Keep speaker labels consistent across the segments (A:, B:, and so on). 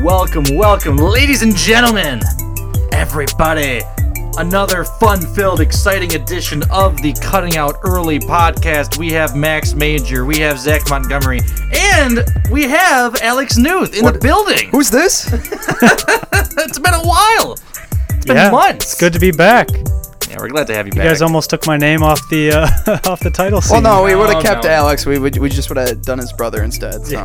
A: Welcome, welcome, ladies and gentlemen, everybody. Another fun filled, exciting edition of the Cutting Out Early podcast. We have Max Major, we have Zach Montgomery, and we have Alex Newth in the building.
B: Who's this?
A: It's been a while. It's been months.
C: It's good to be back. You
A: Yeah, we're glad to have you back.
C: guys almost took my name off the uh, off the title
B: Well,
C: scene.
B: no, we would have kept
A: no.
B: Alex. We would, we just would have done his brother instead. So.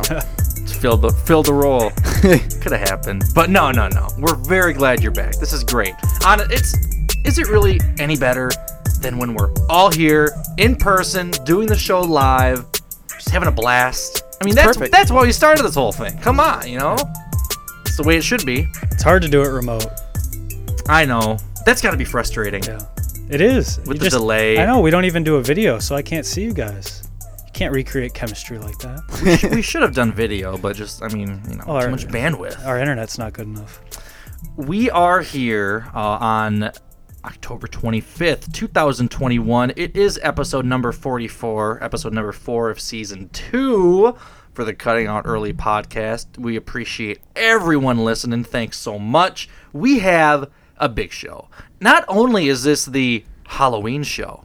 A: filled the filled the role. Could have happened, but no, no, no. We're very glad you're back. This is great. On it's is it really any better than when we're all here in person doing the show live, just having a blast? I mean, that's
B: Perfect.
A: that's why we started this whole thing. Come on, you know, it's the way it should be.
C: It's hard to do it remote.
A: I know that's got to be frustrating.
C: Yeah, it is.
A: With the delay.
C: I know we don't even do a video, so I can't see you guys. You can't recreate chemistry like that.
A: we should have done video, but just I mean, you know,
C: Oh,
A: too
C: our-
A: much bandwidth.
C: Our internet's not good enough.
A: We are here uh, on October 25th, 2021. It is episode number 44, episode number four of season two for the Cutting Out Early podcast. We appreciate everyone listening. Thanks so much. We have a big show. Not only is this the Halloween show,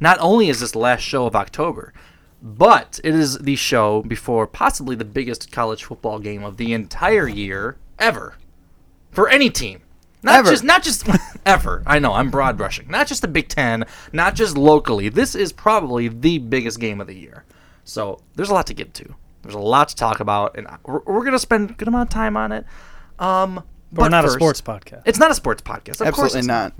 A: not only is this the last show of October, but it is the show before possibly the biggest college football game of the entire year ever for any team. Not
B: Ever.
A: just not just ever. I know I'm broad brushing. Not just the Big 10, not just locally. This is probably the biggest game of the year. So, there's a lot to get to. There's a lot to talk about and I- we're, we're going to spend a good amount of time on it. Um but
C: But we're not
A: first-
C: a sports podcast.
A: It's not a sports podcast. Of course
B: Absolutely
A: it's
B: not.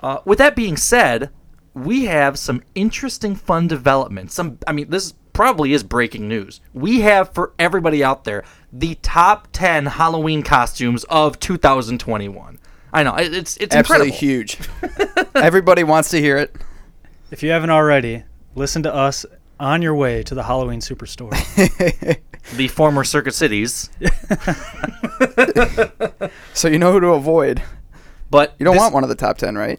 A: uh, with that being said, we have some interesting, fun developments. Some, I mean, this probably is breaking news. We have for everybody out there the top ten Halloween costumes of 2021. I know it- it's it's
B: Absolutely
A: incredible.
B: huge. Everybody wants to hear it.
C: if you haven't already, listen to us on your way to the Halloween Superstore.
A: The former Circuit Cities,
B: So you know who to avoid.
A: but
B: You don't want one of the top ten, right?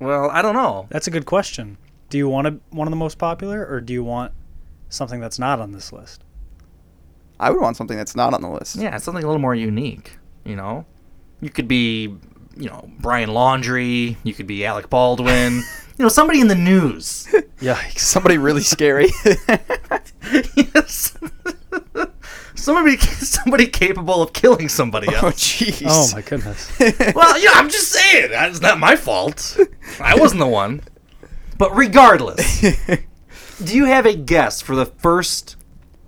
A: Well, I don't know.
C: that's a good question. Do you want a, one of the most popular, or do you want something that's not on this list?
B: I would want something that's not on the list.
A: Yeah, it's something a little more unique. You know, you could be, you know, Brian Laundry. You could be Alec Baldwin. you know, somebody in the news.
C: Yikes!
B: Somebody really scary. Oh,
A: yes. somebody, somebody capable of killing somebody
B: oh
A: else.
B: jeez.
C: Oh my goodness.
A: well, yeah, I'm just saying that's not my fault. I wasn't the one. But regardless, do you have a guess for the first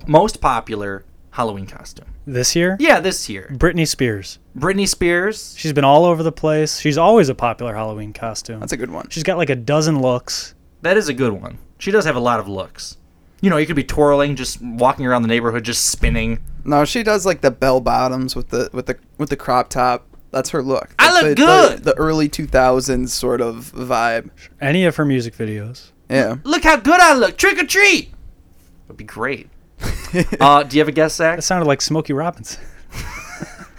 A: most popular Halloween costume?
C: this year,
A: Yeah, this year,
C: Britney Spears.
A: Britney Spears.
C: She's been all over the place. She's always a popular Halloween costume.
B: That's a good one.
C: She's got like a dozen looks.
A: That is a good one. She does have a lot of looks. You know, you could be twirling, just walking around the neighborhood, just spinning.
B: No, she does like the bell bottoms with the with the with the crop top. That's her look.
A: I
B: That's
A: look
B: the,
A: good.
B: The, the early two thousands sort of vibe.
C: Any of her music videos.
B: Yeah.
A: Look how good I look! Trick or treat. Would be great. uh, do you have a guess, Zach?
C: That sounded like Smokey Robinson.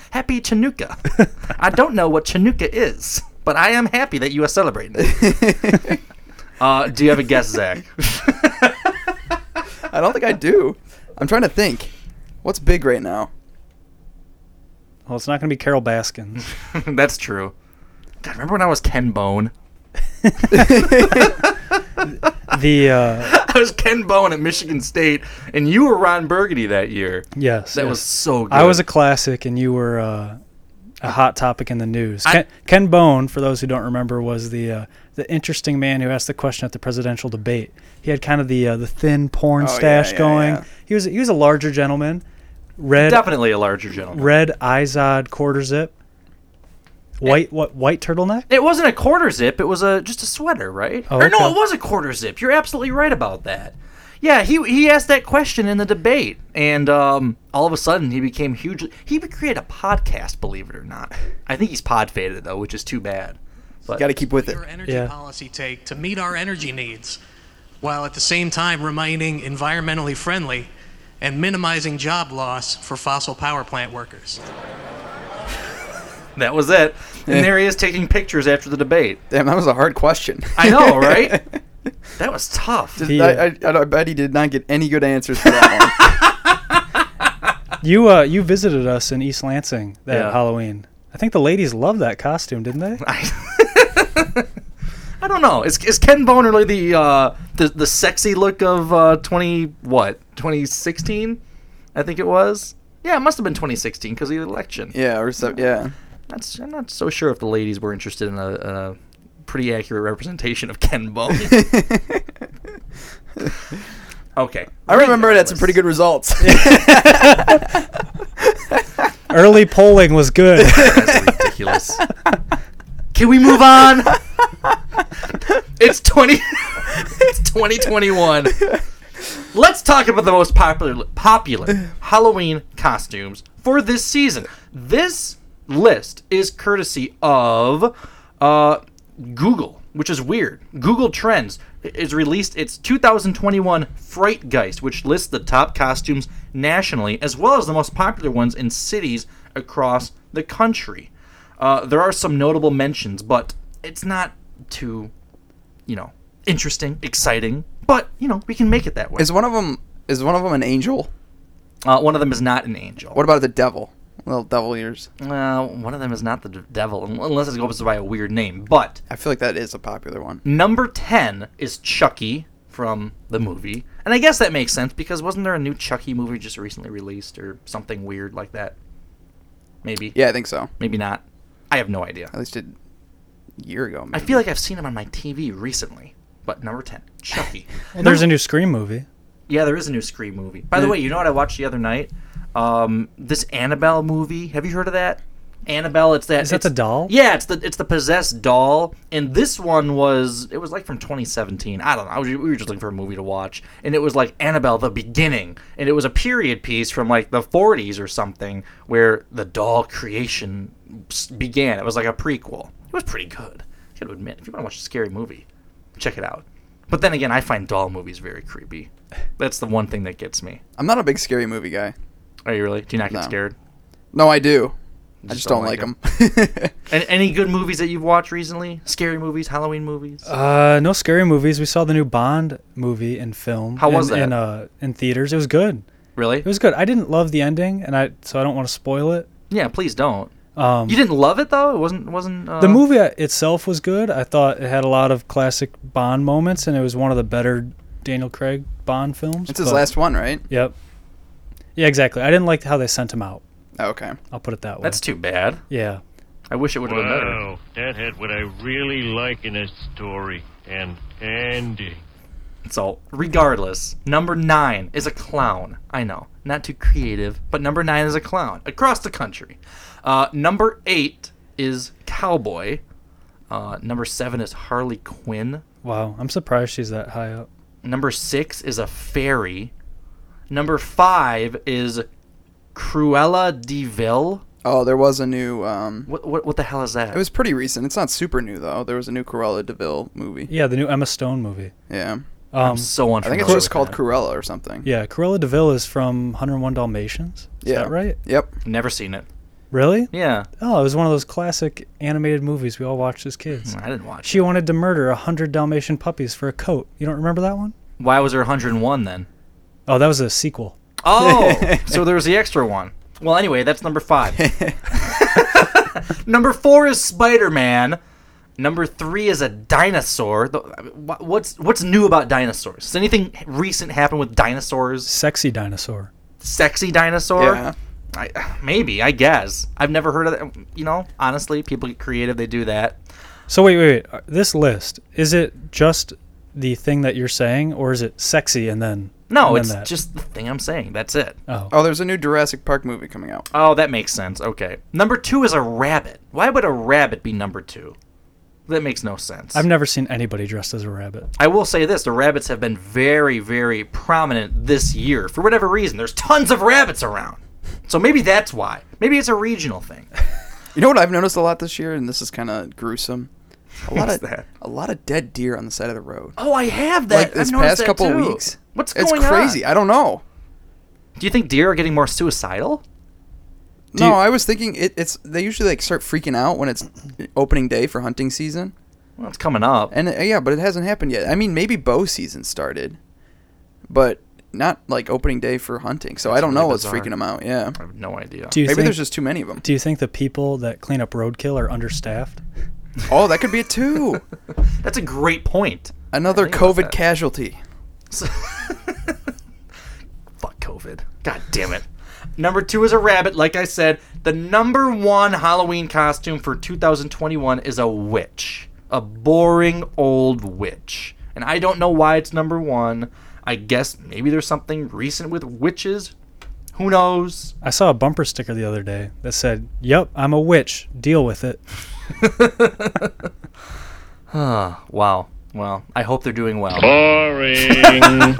A: Happy Chinooka. I don't know what Chinooka is, but I am happy that you are celebrating it. uh, do you have a guess, Zach?
B: I don't think I do. I'm trying to think. What's big right now?
C: Well, it's not going to be Carol Baskin.
A: That's true. God, remember when I was Ken Bone?
C: the uh,
A: I was Ken Bone at Michigan State, and you were Ron Burgundy that year.
C: yes,
A: That
C: yes.
A: was so good.
C: I was a classic, and you were uh, a hot topic in the news. Ken, Ken Bone, for those who don't remember, was the uh, the interesting man who asked the question at the presidential debate. He had kind of the uh, the thin porn
B: Oh, yeah,
C: stash
B: yeah,
C: going.
B: yeah.
C: He was he was a larger gentleman. Red
A: Definitely a larger gentleman.
C: red Izod quarter zip.
A: Eh.
C: White what white turtleneck?
A: It wasn't a quarter zip. It was a just a sweater, right?
C: Oh,
A: or no,
C: okay.
A: it was a quarter zip. You're absolutely right about that. Yeah, he he asked that question in the debate, and um, all of a sudden he became huge. He would create a podcast, believe it or not. I think he's pod faded though, which is too bad. But
B: Got to keep with it.
D: our energy
C: Yeah.
D: policy take to meet our energy needs while at the same time remaining environmentally friendly and minimizing job loss for fossil power plant workers.
A: that was it.
C: Eh.
A: And there he is taking pictures after the debate.
B: Damn, that was a hard question.
A: I know, right? that was tough.
C: He,
B: I, I, I, I bet he did not get any good answers for that one.
C: You uh you visited us in East Lansing that
A: Yeah.
C: Halloween. I think the ladies loved that costume, didn't they?
A: I don't know. Is, is Ken Bone really the uh, the the sexy look of uh, twenty what twenty sixteen? I think it was. Yeah, it must have been twenty sixteen because of the election.
B: Yeah, or so, yeah.
A: That's, I'm not so sure if the ladies were interested in a, a pretty accurate representation of Ken Bone. okay,
B: I remember it had some pretty good results.
C: Early polling was good.
A: That's ridiculous. Can we move on? it's twenty. it's twenty twenty one. Let's talk about the most popular popular Halloween costumes for this season. This list is courtesy of uh, Google, which is weird. Google Trends is released its 2021 Frightgeist, which lists the top costumes nationally as well as the most popular ones in cities across the country. Uh, there are some notable mentions, but it's not too, you know, interesting, exciting. But you know, we can make it that way.
B: is one of them is one of them an angel?
A: Uh, one of them is not an angel.
B: What about the devil? Little devil ears.
A: Uh, one of them is not the d- devil, un- unless it goes by a weird name. But
B: I feel like that is a popular one.
A: number ten is Chucky from the movie, and I guess that makes sense because wasn't there a new Chucky movie just recently released or something weird like that? Maybe.
B: Yeah, I think so.
A: Maybe not. I have no idea.
B: At least it a year ago.
A: I
B: Maybe.
A: feel like I've seen him on my TV recently. But number ten, Chucky.
C: Well, there's a new Scream movie.
A: Yeah, there is a new Scream movie. By the way, you know what I watched the other night? Um, this Annabelle movie. Have you heard of that? Annabelle, it's that.
C: Is that
A: it's-
C: the doll?
A: Yeah, it's the it's the possessed doll. And this one was it was like from 2017. I don't know. I was, we were just looking for a movie to watch, and it was like Annabelle: The Beginning, and it was a period piece from like the 40s or something, where the doll creation s- began. It was like a prequel. It was pretty good. I got to admit, if you want to watch a scary movie, check it out. But then again, I find doll movies very creepy. That's the one thing that gets me.
B: I'm not a big scary movie guy.
A: Are you really? Do you not get
B: No.
A: scared?
B: No, I do. I just don't, like 'em. like them.
A: And any good movies that you've watched recently? Scary movies, Halloween movies?
C: Uh, no scary movies. We saw the new Bond movie in film.
A: How
C: in,
A: was that?
C: In uh, in theaters, it was good.
A: really?
C: It was good. I didn't love the ending, and I so I don't want to spoil it.
A: Yeah, please don't.
C: Um,
A: You didn't love it though. It wasn't wasn't uh,
C: the movie uh, itself was good. I thought it had a lot of classic Bond moments, and it was one of the better Daniel Craig Bond films.
B: it's his
C: but-
B: last one, right?
C: Yep. Yeah, exactly. I didn't like how they sent him out.
B: Oh, okay.
C: I'll put it that way.
A: That's too bad.
C: yeah.
A: I wish it would have been better.
E: that had what I really like in a story. And Andy.
A: So regardless, number nine is a clown. I know, not too creative, but number nine is a clown across the country. Uh, number eight is cowboy. Uh, number seven is Harley Quinn.
C: Wow. I'm surprised she's that high up.
A: Number six is a fairy. Number five is Cruella De Vil.
B: Oh, there was a new. Um,
A: What, what what the hell is that?
B: it was pretty recent. It's not super new though. There was a new Cruella Deville movie.
C: Yeah, the new Emma Stone movie.
B: Yeah,
C: Um,
A: so
B: I
A: unfamiliar.
B: think it's just
A: with
B: called
A: that.
B: Cruella or something.
C: yeah, Cruella Deville is from 101 Dalmatians. Is
B: yeah.
C: that right?
B: Yep.
A: Never seen it.
C: Really?
A: Yeah,
C: Oh, it was one of those classic animated movies we all watched as kids.
A: I didn't watch.
C: She wanted to murder a hundred Dalmatian puppies for a coat. You don't remember that one?
A: Why was there 101 then?
C: Oh, that was a sequel.
A: Oh, so there was the extra one. Well, anyway, that's number five. number four is Spider Man. Number three is a dinosaur. The- wh- What's what's new about dinosaurs? Has anything recent happened with dinosaurs?
C: Sexy dinosaur.
A: Sexy dinosaur?
B: Yeah.
A: I, maybe I guess I've never heard of that. You know, honestly, people get creative. They do that.
C: So wait, wait, wait. This list is it just the thing that you're saying, or is it sexy and then? and
A: No,
C: then
A: it's
C: that?
A: just the thing I'm saying. That's it.
B: Oh, there's a new Jurassic Park movie coming out.
A: Oh, that makes sense. Okay. Number two is a rabbit. Why would a rabbit be number two? That makes no sense.
C: I've never seen anybody dressed as a rabbit.
A: I will say this the rabbits have been very, very prominent this year. For whatever reason, there's tons of rabbits around. So maybe that's why. Maybe it's a regional thing.
B: You know what I've noticed a lot this year, and this is kind of gruesome. A lot
A: What's
B: of
A: that?
B: a lot of dead deer on the side of the road.
A: Oh, I have that.
B: like
A: I've
B: this
A: noticed
B: past
A: that
B: couple
A: too.
B: weeks.
A: What's
B: it's
A: going
B: crazy.
A: on?
B: I don't know.
A: Do you think deer are getting more suicidal?
B: no,
C: you-
B: I was thinking it, it's they usually like start freaking out when it's opening day for hunting season,
A: Well, it's coming up.
B: and uh, yeah, but it hasn't happened yet. I mean, maybe bow season started, but not like opening day for hunting. So I don't know
A: really
B: what's
A: bizarre.
B: freaking them out. Yeah,
A: I have no idea.
C: Do you
B: maybe
C: think?
B: there's just too many of them.
C: do you think the people that clean up roadkill are understaffed?
B: Oh, that could be it too.
A: That's a great point.
B: Another
A: Think about
B: COVID
A: that.
B: casualty.
A: Fuck COVID. God damn it. Number two is a rabbit. Like I said, the number one Halloween costume for 2021 is a witch. A boring old witch. And I don't know why it's number one. I guess maybe there's something recent with witches. Who knows?
C: I saw a bumper sticker the other day that said, "Yep, I'm a witch. Deal with it."
A: Wow. Well, I hope they're doing well.
E: Boring.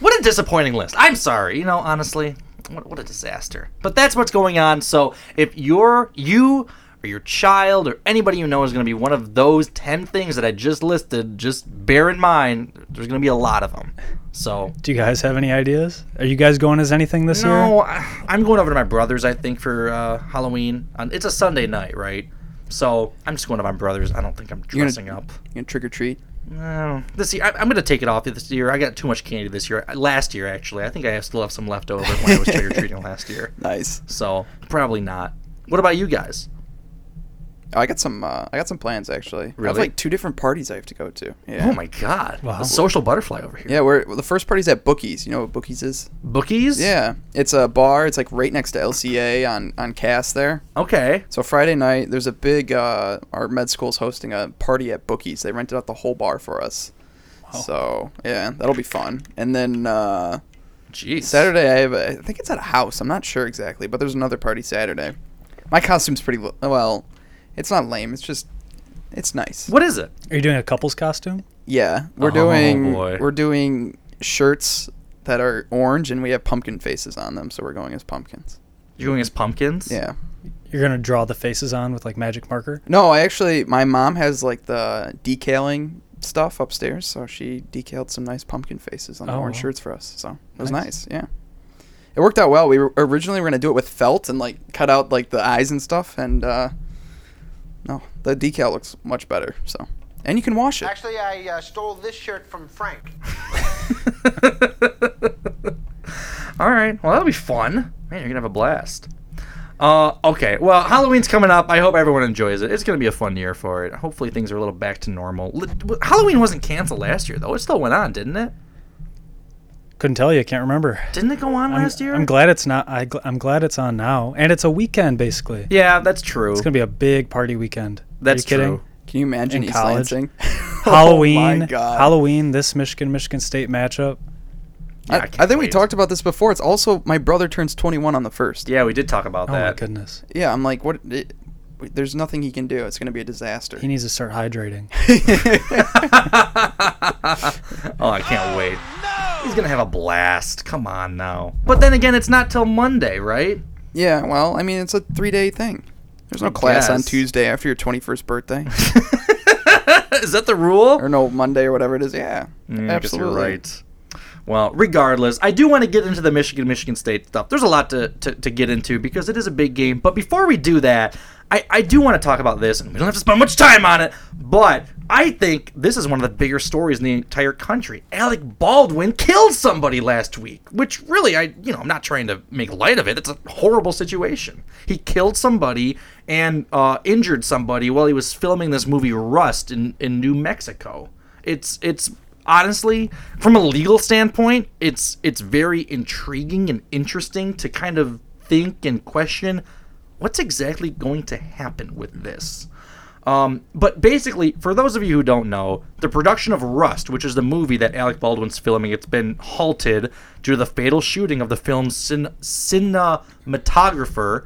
A: What a disappointing list. I'm sorry. You know, honestly, what, what a disaster. But that's what's going on. So if you're you or your child or anybody you know is going to be one of those 10 things that I just listed, just bear in mind there's going to be a lot of them. So
C: Do you guys have any ideas? Are you guys going as anything this year?
A: no, I- I'm going over to my brother's. I think for uh, Halloween. On- It's a Sunday night, right? So I'm just going to my brother's. I don't think I'm
B: gonna-
A: dressing up.
B: You know, trick or treat.
A: No, this year Oh. I, I'm going to take it off this year. I got too much candy this year. Last year, actually, I think I have- still have some left over when I was trick or treating last year.
B: Nice.
A: So probably not. What about you guys?
B: Oh, I got some. Uh, I got some plans actually. I have
A: Really?
B: like two different parties I have to go to. Yeah.
A: Oh my god, wow. a social butterfly over here.
B: Yeah, we're well, the first party's at Bookies. You know what Bookies is?
A: Bookies.
B: Yeah, it's a bar. It's like right next to LCA on on Cass there.
A: Okay.
B: So Friday night, there's a big. Uh, our med school's hosting a party at Bookies. They rented out the whole bar for us. So yeah, that'll be fun. And then uh,
A: Jeez.
B: Saturday, I have. A, I think it's at a house. I'm not sure exactly, but there's another party Saturday. My costume's pretty l- well. It's not lame. It's just. It's nice.
A: What is it?
C: Are you doing a couple's costume?
B: Yeah, we're
A: Oh,
B: doing
A: boy.
B: we're doing shirts that are orange and we have pumpkin faces on them, so we're going as pumpkins.
A: You're going as pumpkins.
B: Yeah.
C: You're gonna draw the faces on with like magic marker.
B: No, I actually my mom has like the decaling stuff upstairs, so she decaled some nice pumpkin faces on the
C: Oh,
B: orange
C: wow.
B: shirts for us. So it was
C: Nice.
B: nice. Yeah. It worked out well. We were originally were gonna do it with felt and like cut out like the eyes and stuff, and uh, no, the decal looks much better. So, and you can wash it.
F: Actually, I uh, stole this shirt from Frank.
A: All right. Well, that'll be fun. Man, you're gonna have a blast. Uh, okay. Well, Halloween's coming up. I hope everyone enjoys it. It's gonna be a fun year for it. Hopefully, things are a little back to normal. Li- Halloween wasn't canceled last year though. It still went on, didn't it?
C: Couldn't tell you. Can't remember.
A: Didn't it go on
C: I'm,
A: last year?
C: I'm glad it's not. I gl- I'm glad it's on now, and it's a weekend basically.
A: Yeah, that's true.
C: It's gonna be a big party weekend.
A: That's
C: Are you kidding?
A: true.
B: Can you imagine
C: In
B: East
C: college?
B: Lansing?
C: Halloween,
B: Oh my God.
C: Halloween. This Michigan Michigan State matchup.
A: Yeah,
B: I,
A: I
B: I
A: can't
B: think we
A: wait.
B: talked about this before. It's also my brother turns 21 on the first. Yeah,
A: Yeah, we did talk about
C: Oh my
A: that.
C: goodness,
B: I'm like, what? It, there's nothing he can do. It's gonna be a disaster.
C: he needs to start hydrating.
A: Oh, I can't wait. He's gonna have a blast. Come on now. But then again, it's not till Monday, right?
B: yeah, well, I mean, it's a three day thing. There's no class on
A: guess.
B: Tuesday after your 21st birthday,
A: Is that the rule?
B: or no Monday or whatever it is. Yeah,
A: Mm, I guess you're right. Well, regardless, I do want to get into the Michigan Michigan State stuff. There's a lot to, to, to get into because it is a big game. But before we do that, I, I do want to talk about this, and we don't have to spend much time on it. But I think this is one of the bigger stories in the entire country. Alec Baldwin killed somebody last week, which really, I you know, I'm not trying to make light of it. It's a horrible situation. He killed somebody and uh, injured somebody while he was filming this movie Rust in, in New Mexico. It's it's honestly from a legal standpoint it's it's very intriguing and interesting to kind of think and question what's exactly going to happen with this Um, but basically, for those of you who don't know, the production of Rust, which is the movie that Alec Baldwin's filming, it's been halted due to the fatal shooting of the film's cin- cinematographer.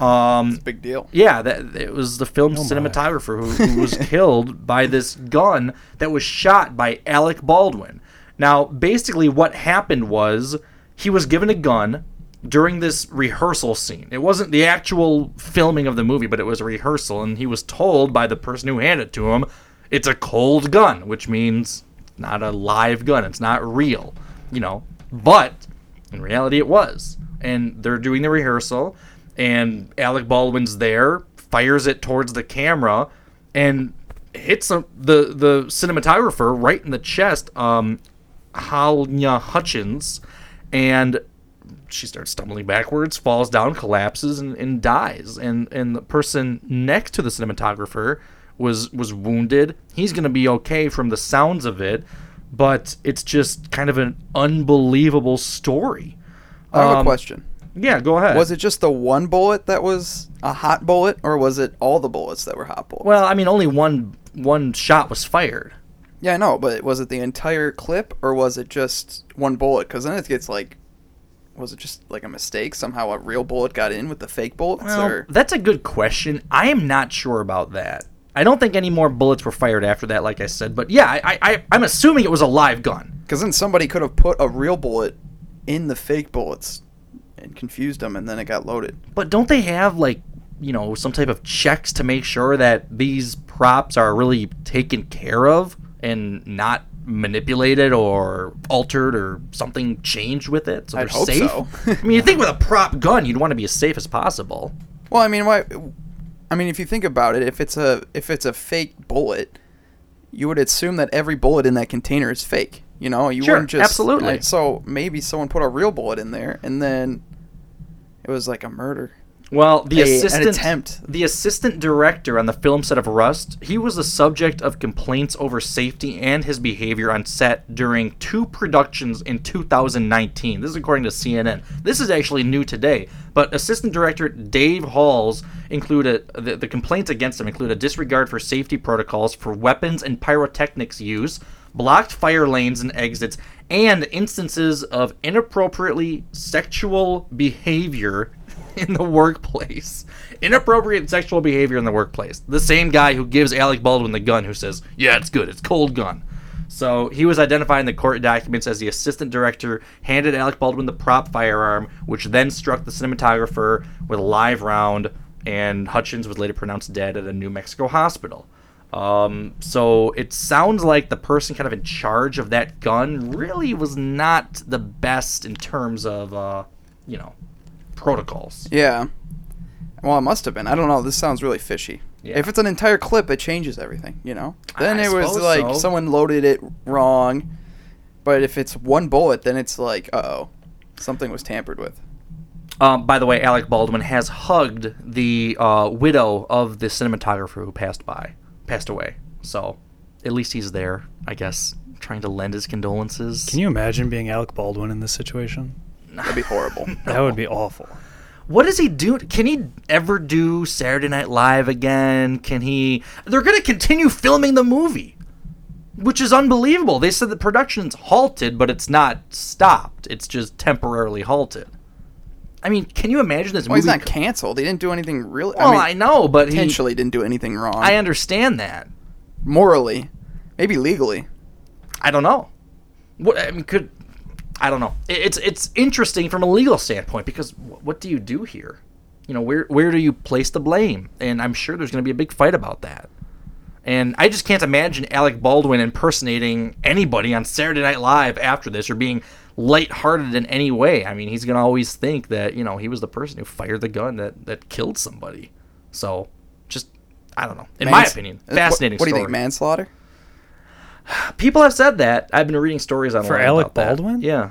A: Um,
B: a big deal.
A: Yeah, that it was the film's cinematographer who, who was killed by this gun that was shot by Alec Baldwin. Now, basically, what happened was he was given a gun during this rehearsal scene. It wasn't the actual filming of the movie, but it was a rehearsal, and he was told by the person who handed it to him, it's a cold gun, which means it's not a live gun, it's not real, you know. But in reality, it was. And they're doing the rehearsal, and Alec Baldwin's there, fires it towards the camera, and hits the the, the cinematographer right in the chest, um, Halnya Hutchins, and she starts stumbling backwards, falls down, collapses, and, and dies. And and the person next to the cinematographer was was wounded. He's gonna be okay from the sounds of it, but it's just kind of an unbelievable story.
B: I have a
A: Um,
B: question.
A: Yeah, go ahead.
B: Was it just the one bullet that was a hot bullet, or was it all the bullets that were hot bullets?
A: Well, I mean, only one one shot was fired.
B: Yeah, I know, but was it the entire clip, or was it just one bullet? Because then it gets like, was it just like a mistake? Somehow a real bullet got in with the fake bullets,
A: Well,
B: or
A: that's a good question. I am not sure about that. I don't think any more bullets were fired after that, like I said. But yeah, I, I I'm assuming it was a live gun.
B: because then somebody could have put a real bullet in the fake bullets and confused them, and then it got loaded.
A: But don't they have like you know some type of checks to make sure that these props are really taken care of and not manipulated or altered or something changed with it? So they're
B: I'd hope
A: safe.
B: so.
A: I mean, you think with a prop gun, you'd want to be as safe as possible.
B: Well, I mean, why? I mean, if you think about it, if it's a if it's a fake bullet, you would assume that every bullet in that container is fake. You know, you
A: Sure,
B: wouldn't just
A: absolutely.
B: I- so maybe someone put a real bullet in there, and then it was like a murder.
A: Well, the
B: a- an
A: assistant
B: attempt.
A: the assistant director on the film set of Rust, he was the subject of complaints over safety and his behavior on set during two productions in 2019. This is according to CNN. This is actually new today, but assistant director Dave Halls included the, the complaints against him include a disregard for safety protocols for weapons and pyrotechnics use, blocked fire lanes and exits, and instances of inappropriately sexual behavior in the workplace. Inappropriate sexual behavior in the workplace. The same guy who gives Alec Baldwin the gun who says, Yeah, it's good, it's cold gun. So he was identified in the court documents as the assistant director, handed Alec Baldwin the prop firearm, which then struck the cinematographer with a live round, and Hutchins was later pronounced dead at a New Mexico hospital. Um, so it sounds like the person kind of in charge of that gun really was not the best in terms of, uh, you know, protocols.
B: Yeah. Well, it must have been. I don't know. This sounds really fishy.
A: Yeah.
B: If it's an entire clip, it changes everything. You know. Then
A: I
B: it was
A: suppose
B: like
A: so.
B: someone loaded it wrong, but if it's one bullet, then it's like, uh oh, something was tampered with.
A: Um, by the way, Alec Baldwin has hugged the uh, widow of the cinematographer who passed by, passed away. So at least he's there, I guess, trying to lend his condolences.
C: Can you imagine being Alec Baldwin in this situation?
B: That'd be horrible.
C: That would be awful.
A: what does he do? Can he ever do Saturday Night Live again? Can he? They're going to continue filming the movie, which is unbelievable. They said the production's halted, but it's not stopped. It's just temporarily halted. I mean, can you imagine this
B: Well, he's
A: movie?
B: not canceled. He didn't do anything really.
A: well, I,
B: I mean,
A: know, but he,
B: potentially didn't do anything wrong.
A: I understand that.
B: morally, maybe legally.
A: I don't know. What I mean, could I don't know. It- It's it's interesting from a legal standpoint because wh- what do you do here? You know, where where do you place the blame? And I'm sure there's going to be a big fight about that. And I just can't imagine Alec Baldwin impersonating anybody on Saturday Night Live after this or being lighthearted in any way. I mean, he's going to always think that, you know, he was the person who fired the gun that that killed somebody. So, just I don't know. In my
B: Mans-
A: opinion,
B: Uh,
A: fascinating
B: What, what do you
A: story.
B: think? Manslaughter?
A: People have said that. I've been reading stories online
C: Alec
A: about that.
C: Baldwin?
A: Yeah,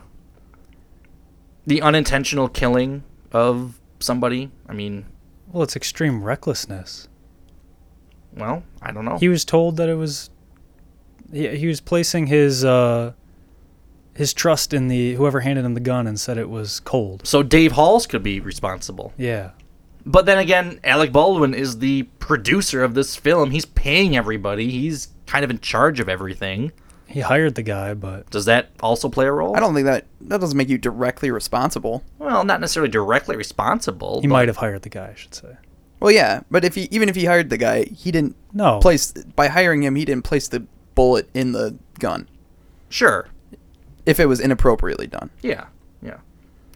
A: the unintentional killing of somebody. I mean,
C: Well, it's extreme recklessness.
A: well, I don't know.
C: He was told that it was. He, he was placing his uh, his trust in the whoever handed him the gun and said it was cold.
A: so Dave Halls could be responsible.
C: Yeah,
A: But then again, Alec Baldwin is the producer of this film. He's paying everybody. He's kind of in charge of everything.
C: He hired the guy, but
A: does that also play a role?
B: I don't think that that doesn't make you directly responsible.
A: Well, not necessarily directly responsible.
C: He
A: but-
C: might have hired the guy, I should say.
B: Well, yeah, but if he even if he hired the guy, he didn't
C: No.
B: place by hiring him, he didn't place the bullet in the gun
A: Sure.
B: if it was inappropriately done.
A: Yeah, yeah.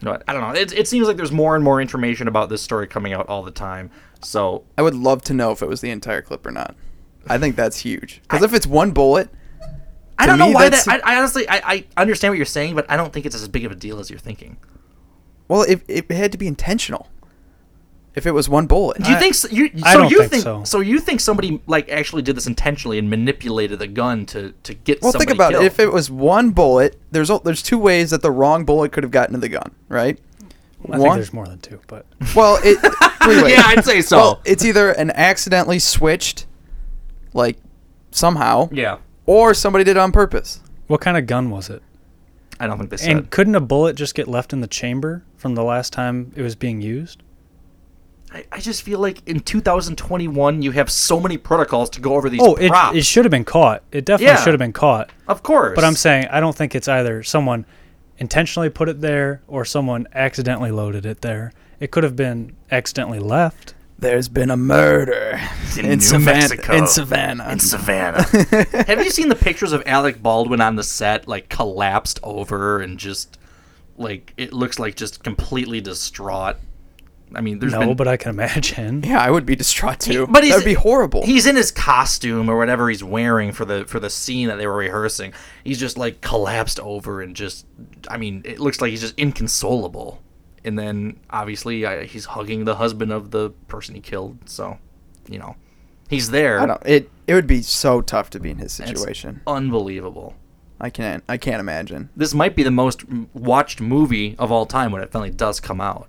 A: You know what? I don't know. It, it seems like there's more and more information about this story coming out all the time. So
B: I would love to know if it was the entire clip or not. I think that's huge because if it's one bullet,
A: I
B: To
A: don't know
B: me,
A: why
B: that's-
A: that. I, I honestly, I, I understand what you're saying, but I don't think it's as big of a deal as you're thinking.
B: well, if it had to be intentional. If it was one bullet,
A: Do you think so, you? So
C: I don't
A: you
C: think
A: think,
C: so.
A: so. you think somebody like actually did this intentionally and manipulated the gun to to get
B: Well,
A: somebody
B: think about
A: killed?
B: it. If it was one bullet, there's o- there's two ways that the wrong bullet could have gotten to the gun, right?
C: I think
B: One-
C: there's more than two, but
B: Well, it three ways.
A: yeah, I'd say so.
B: Well, it's either an accidentally switched, like somehow,
A: yeah,
B: or somebody did it on purpose.
C: what kind of gun was it?
A: I don't think they said.
C: And couldn't a bullet just get left in the chamber from the last time it was being used?
A: I, I just feel like in 2021 you have so many protocols to go over these.
C: Oh, it,
A: props.
C: it should have been caught. It definitely
A: Yeah.
C: should have been caught.
A: of course.
C: But I'm saying I don't think it's either someone intentionally put it there or someone accidentally loaded it there. It could have been accidentally left.
B: There's been a murder
A: in New
B: Savan-
A: Mexico.
B: In Savannah.
A: in Savannah. Have you seen the pictures of Alec Baldwin on the set, like collapsed over and just like it looks like just completely distraught? I mean, there's
C: No,
A: been,
C: but I can imagine.
B: yeah, I would be distraught too.
A: but he's-
B: that'd be horrible.
A: He's in his costume or whatever he's wearing for the for the scene that they were rehearsing. He's just like collapsed over and just, I mean, it looks like he's just inconsolable. And then obviously I, he's hugging the husband of the person he killed. So, you know, he's there.
B: I don't. It it would be so tough to be in his
A: It's
B: situation.
A: unbelievable.
B: I can't. I can't imagine.
A: this might be the most m- watched movie of all time when it finally does come out.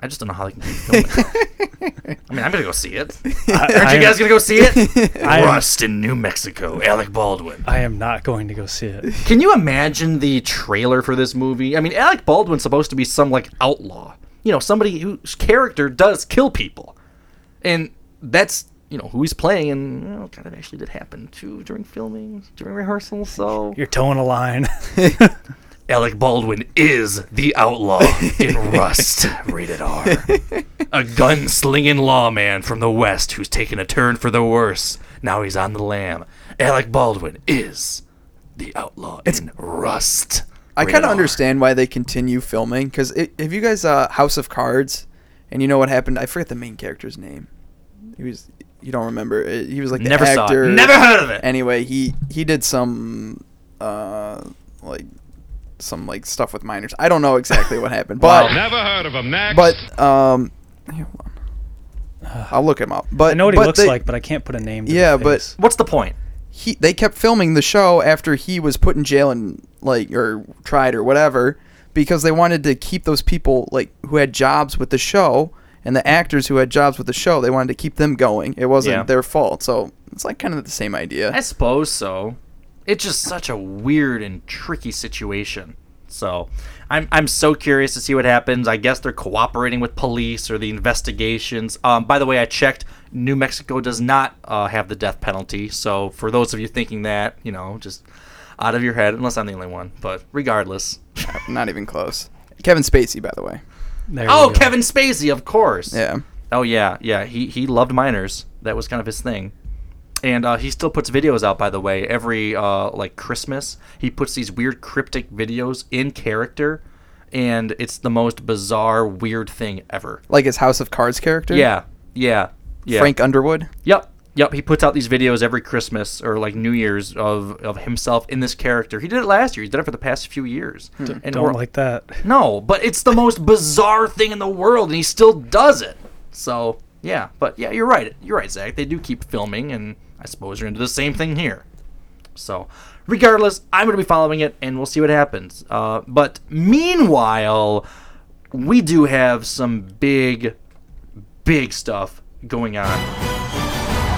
A: I just don't know how they can keep filming it. I mean, I'm gonna go see it. Aren't
C: I-
A: you guys gonna go see it?
C: I am-
A: Rust in New Mexico, Alec Baldwin.
C: I am not going to go see it.
A: Can you imagine the trailer for this movie? I mean, Alec Baldwin's supposed to be some like outlaw, you know, somebody whose character does kill people, and that's you know who he's playing, and you know, kind of actually did happen too during filming, during rehearsals. So
C: You're towing a line.
A: Alec Baldwin is the outlaw in Rust, rated R. A gunslinging lawman from the West who's taken a turn for the worse. Now he's on the lam. Alec Baldwin is the outlaw in Rust.
B: I
A: rated
B: kind of
A: R.
B: understand why they continue filming because if you guys uh, House of Cards, and you know what happened, I forget the main character's name. He was you don't remember. Uh, He was like the
A: Never saw it.
B: actor.
A: Never heard of it.
B: Anyway, he he did some uh like some like stuff with minors. I don't know exactly what happened, but
E: Never heard of him. Next.
B: but um, hold on. I'll look him up. But
C: I know what he
B: but
C: looks
B: they-
C: like, but I can't put a name. To
B: Yeah,
C: the
B: but-
C: face.
A: What's the point?
B: he they kept filming the show after he was put in jail and like or tried or whatever because they wanted to keep those people like who had jobs with the show and the actors who had jobs with the show they wanted to keep them going it wasn't
A: Yeah.
B: their fault so it's like kind of the same idea
A: I suppose so. It's just such a weird and tricky situation. So, I'm I'm so curious to see what happens. I guess they're cooperating with police or the investigations. Um, by the way, I checked. New Mexico does not uh, have the death penalty. So, for those of you thinking that, you know, just out of your head. Unless I'm the only one, but regardless.
B: not even close kevin spacey by the way
C: There
A: Oh,
C: you go.
A: Kevin Spacey, of course.
B: yeah
A: Oh yeah, yeah. He he loved minors. That was kind of his thing. And uh, he still puts videos out, by the way. Every uh, like Christmas, he puts these weird cryptic videos in character, and it's the most bizarre, weird thing ever.
B: like his house of cards character
A: Yeah, yeah, yeah.
B: frank underwood
A: Yep, yep. He puts out these videos every Christmas or like New Year's of of himself in this character. He did it last year. He's done it for the past few years. And
C: Don't
A: we're-
C: like that.
A: no, but it's the most bizarre thing in the world, and he still does it. So yeah, but yeah, you're right. You're right, Zach. They do keep filming, and I suppose they're into the same thing here. So regardless, I'm going to be following it, and we'll see what happens. Uh, but meanwhile, we do have some big, big stuff going on.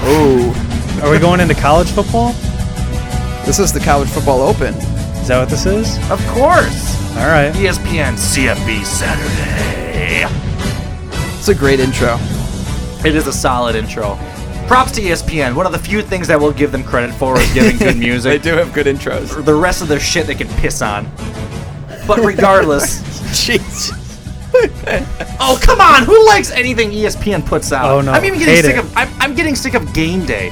B: oh
C: Are we going into college football?
B: this is the college football open
C: Is that what this is?
A: Of course, E
C: All right.
A: ESPN CFB Saturday.
B: It's a great intro.
A: It is a solid intro. Props to E ESPN. One of the few things that we'll give them credit for is giving good music.
B: they do have good intros.
A: The rest of their shit they can piss on. But regardless.
B: Jeez.
A: oh come on! Who likes anything E ESPN puts out?
C: Oh, no.
A: I'm even getting
C: Hate
A: sick
C: it.
A: of. I'm, I'm getting sick of game day.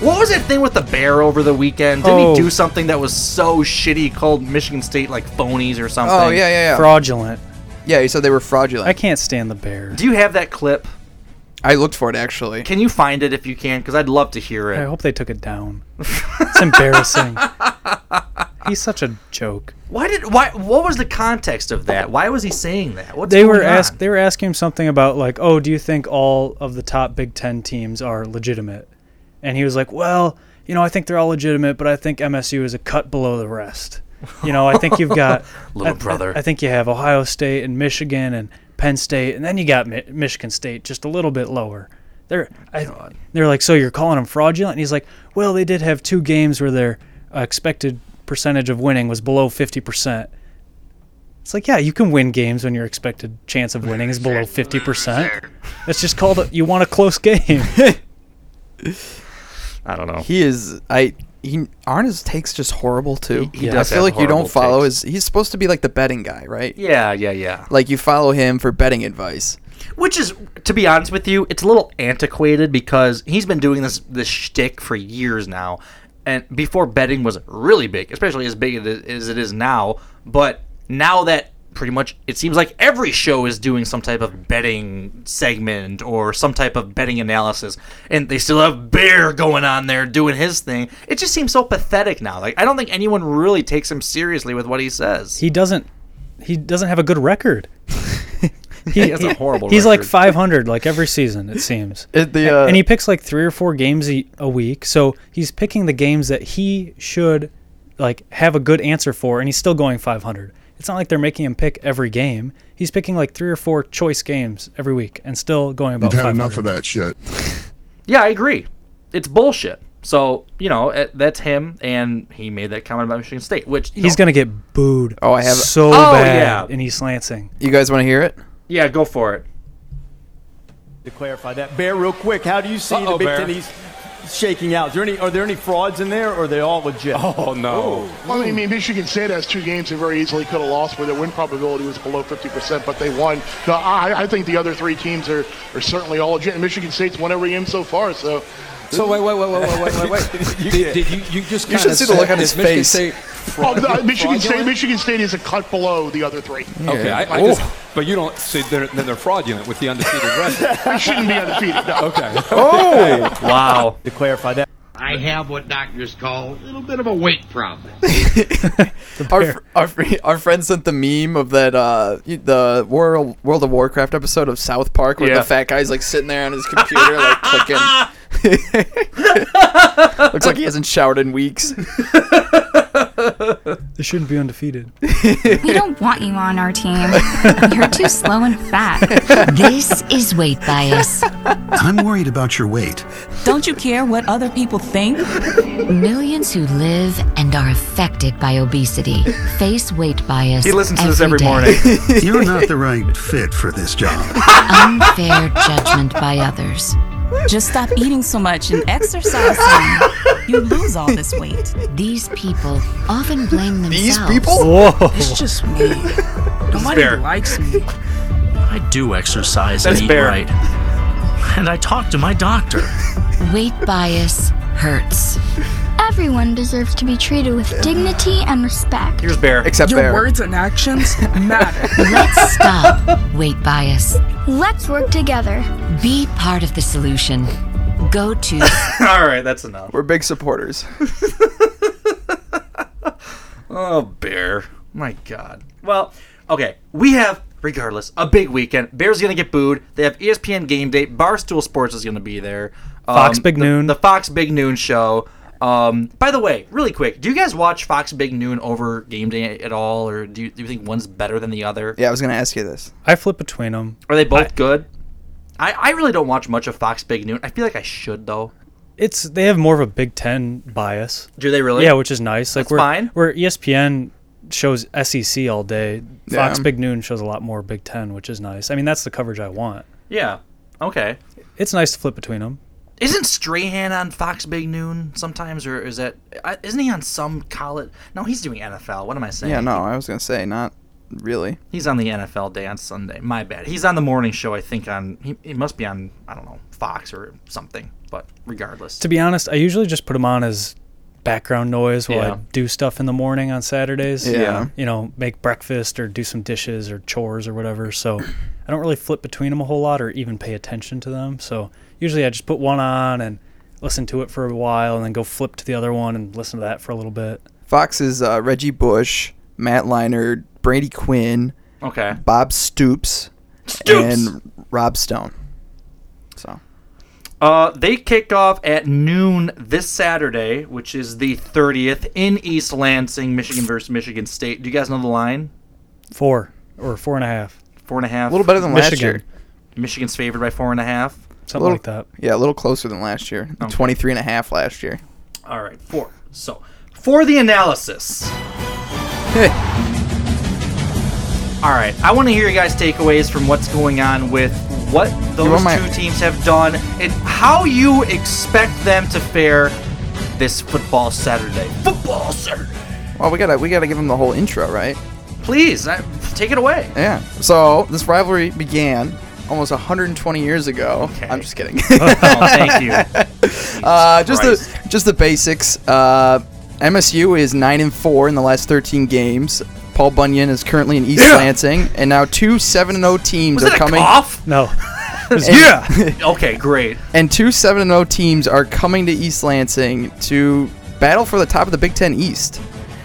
A: What was that thing with the bear over the weekend? Didn't
C: Oh.
A: he do something that was so shitty called Michigan State like phonies or something?
B: Oh yeah, yeah, yeah.
C: Fraudulent.
B: yeah, you said they were
C: I
B: fraudulent.
C: can't stand the bear.
A: Do you have that clip?
B: I, looked for it actually.
A: Can you find it if you can? Because I'd love to hear
C: I
A: it.
C: hope they took it down. It's embarrassing. He's such a joke.
A: Why did why? What was the context of that? Why was he saying that? What's
C: They were
A: going on?
C: asked. They were asking him something about like, oh, do you think all of the top Big Ten teams are legitimate? And he was like, well, you know, I think they're all legitimate, but I think MSU is a cut below the rest. You know, I think you've got
A: Little
C: I-
A: brother.
C: I, think you have Ohio State and Michigan and Penn State, and then you got Mi- Michigan State just a little bit lower. They're I, they're like, so you're calling them fraudulent? And he's like, well, they did have two games where their uh, expected percentage of winning was below fifty percent. It's like, yeah, you can win games when your expected chance of winning is below fifty percent. That's just called a, you want a close game.
A: I don't know.
B: He is. I. He, Arna's takes just horrible too.
A: He- he
B: I
A: does
B: feel
A: have
B: like you
A: horrible
B: don't follow
A: takes.
B: his. He's supposed to be like the betting guy, right?
A: Yeah, yeah, yeah.
B: Like you follow him for betting advice.
A: Which is, to be honest with you, it's a little antiquated because he's been doing this this shtick for years now, and before betting was really big, especially as big it is- as it is now. But now that pretty much it seems like every show is doing some type of betting segment or some type of betting analysis and they still have bear going on there doing his thing it just seems so pathetic now like i don't think anyone really takes him seriously with what he says
C: he doesn't he doesn't have a good record.
A: he has a horrible
C: He's like
A: record.
C: 500 like every season it seems.
B: It- the, uh,
C: and he picks like 3 or 4 games a, a week. So he's picking the games that he should like have a good answer for and he's still going 500. It's not like they're making him pick every game. He's picking like 3 or 4 choice games every week and still going about 500.
G: that shit.
A: Yeah, I agree. It's bullshit. So you know eh, that's him, and he made that comment about Michigan State, which you
C: He's
A: know-
C: going to get booed.
B: Oh, I have-
C: so
A: Oh,
C: bad
A: yeah.
C: in East Lansing.
B: You guys want to hear it?
A: yeah, go for it.
H: To clarify that, Bear, real quick, how do you see the Big Ten East shaking out? Is there any, are there any frauds in there, or are they all legit? Oh, no.
I: Well, I mean, Michigan State has two games they very easily could have lost where their win probability was below 50%, but they won. No, I, I think the other three teams are, are certainly all legit. And Michigan State's won every game so far, so.
J: So wait, wait, wait, wait, wait, wait, wait, wait. You, did, you, you just kinda
B: You should see the look
J: said
B: on his
J: that Michigan
B: face.
J: State
I: Oh,
J: fraud-
I: no, Michigan State,
J: fraudulent?
I: Michigan State is a cut below the other three.
J: Okay, I, I just, but you don't say they're, then they're fraudulent with the undefeated record.
I: We shouldn't be undefeated. No.
J: Okay.
B: Oh,
A: Wow.
H: To clarify that.
K: I have what doctors call a little bit of a weight problem.
B: our, fr- our, fr- our friend sent the meme of that uh y- the World World of Warcraft episode of South Park where
A: Yeah.
B: the fat guy's like sitting there on his computer like clicking. Looks like he hasn't showered in weeks.
C: They shouldn't be undefeated.
L: We don't want you on our team. You're too slow and fat.
M: This is weight bias.
N: I'm worried about your weight.
M: Don't you care what other people think? Millions who live and are affected by obesity face weight bias.
A: He listens to this every
M: day.
A: morning.
N: You're not the right fit for this job.
M: Unfair judgment by others.
O: Just stop eating so much and exercising. you lose all this weight.
M: These people often blame themselves.
B: These people?
O: It's just me. Nobody
P: Bear.
O: likes me.
P: I do exercise
A: That's
P: and eat
A: fair.
P: right. And I talk to my doctor.
M: Weight bias hurts.
Q: Everyone deserves to be treated with dignity and respect.
A: Here's Bear.
B: Except
O: Your
B: Bear.
O: words and actions matter.
M: Let's stop weight bias.
Q: Let's work together.
M: Be part of the solution. Go to
A: All right, that's enough.
B: We're big supporters.
A: Oh, bear. My God. Well, okay. We have, regardless, a big weekend. Bear's gonna get booed. They have E ESPN game day. Barstool Sports is gonna be there. Um,
C: Fox Big
A: the-
C: Noon.
A: The Fox Big Noon show. Um, by the way, really quick, do you guys watch Fox Big Noon over game day at all, or do you, do you think one's better than the other?
B: Yeah, I was gonna ask you this.
C: I flip between them.
A: Are they both good? I, I really don't watch much of Fox Big Noon. I feel like I should though.
C: it's they have more of a Big Ten bias.
A: Do they really?
C: Yeah, which is nice. Like
A: That's
C: we're E
A: fine.
C: where ESPN shows SEC all day. Fox
B: Yeah.
C: Big Noon shows a lot more Big Ten, which is nice. I mean, that's the coverage I want.
A: Yeah. Okay.
C: It's nice to flip between them.
A: Isn't Strahan on Fox Big Noon sometimes, or is that I- isn't he on some college? No, he's doing NFL. What am I saying?
B: Yeah, no, I was gonna say not really.
A: He's on the NFL day on Sunday. My bad. He's on the morning show, I think. On he, he must be on I don't know Fox or something. But regardless,
C: To be honest, I usually just put them on as background noise while
A: Yeah.
C: I do stuff in the morning on Saturdays.
A: Yeah.
C: You know, make breakfast or do some dishes or chores or whatever. So I don't really flip between them a whole lot or even pay attention to them. So usually I just put one on and listen to it for a while and then go flip to the other one and listen to that for a little bit.
B: Fox is uh, Reggie Bush, Matt Leinart, Brady Quinn,
A: Okay.
B: Bob Stoops,
A: Stoops!
B: and Rob Stone. So
A: Uh, they kick off at noon this Saturday, which is the 30th in East Lansing, Michigan versus Michigan State. Do you guys know the line?
C: Four or four and a half.
A: Four and a half.
B: A little better than last
C: Michigan.
B: year.
A: Michigan's favored by four and a half.
C: Something
B: Little-
C: like that.
B: Yeah, a little closer than last year.
A: Okay.
B: Twenty three and a half last year.
A: All right, four. So, for the analysis. All right, I want to hear your guys' takeaways from what's going on with what those
B: want my-
A: two teams have done and how you expect them to fare this football Saturday. Football Saturday.
B: Well, we gotta we gotta give them the whole intro, right?
A: Please, I, take it away.
B: Yeah. So this rivalry began almost 120 years ago. I'm just kidding.
A: Oh, thank you.
B: uh, just the just the basics. Uh, MSU is nine and four in the last 13 games. Paul Bunyan is currently in East Lansing, and now two seven and 0 teams
A: Was
B: are
A: that a
B: coming.
A: cough?
C: No.
A: okay, great.
B: And two 7 and 0 teams are coming to East Lansing to battle for the top of the Big Ten East.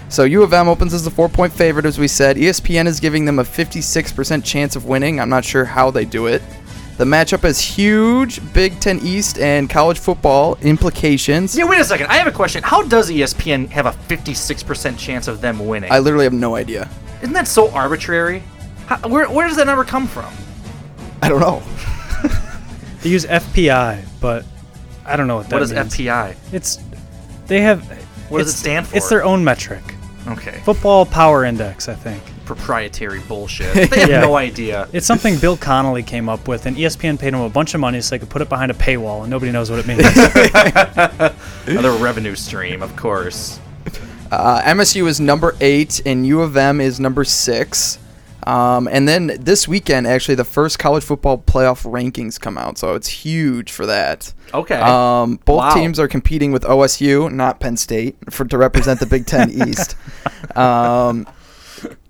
B: So U of M opens as the four point favorite, as we said. E ESPN is giving them a 56% chance of winning. I'm not sure how they do it. The matchup has huge Big Ten East and college football implications.
A: Yeah, wait a second. I have a question. How does E ESPN have a 56% chance of them winning?
B: I literally have no idea.
A: Isn't that so arbitrary? How, where, where does that number come from?
B: I don't know.
C: They use FPI, but I don't know what that
A: What is
C: means.
A: FPI?
C: It's they have.
A: What does
C: it's-
A: it stand for?
C: It's their own metric.
A: Okay.
C: Football Power Index, I think.
A: Proprietary bullshit. They have
C: Yeah.
A: no idea.
C: It's something Bill Connolly came up with, and E ESPN paid him a bunch of money so they could put it behind a paywall, and nobody knows what it means.
A: Another revenue stream, of course.
B: Uh, MSU is number eight, and U of M is number six. Um, and then this weekend, actually, the first college football playoff rankings come out, so it's huge for that.
A: Okay.
B: Um, both
A: Wow.
B: teams are competing with OSU, not Penn State, for to represent the Big Ten East. Um,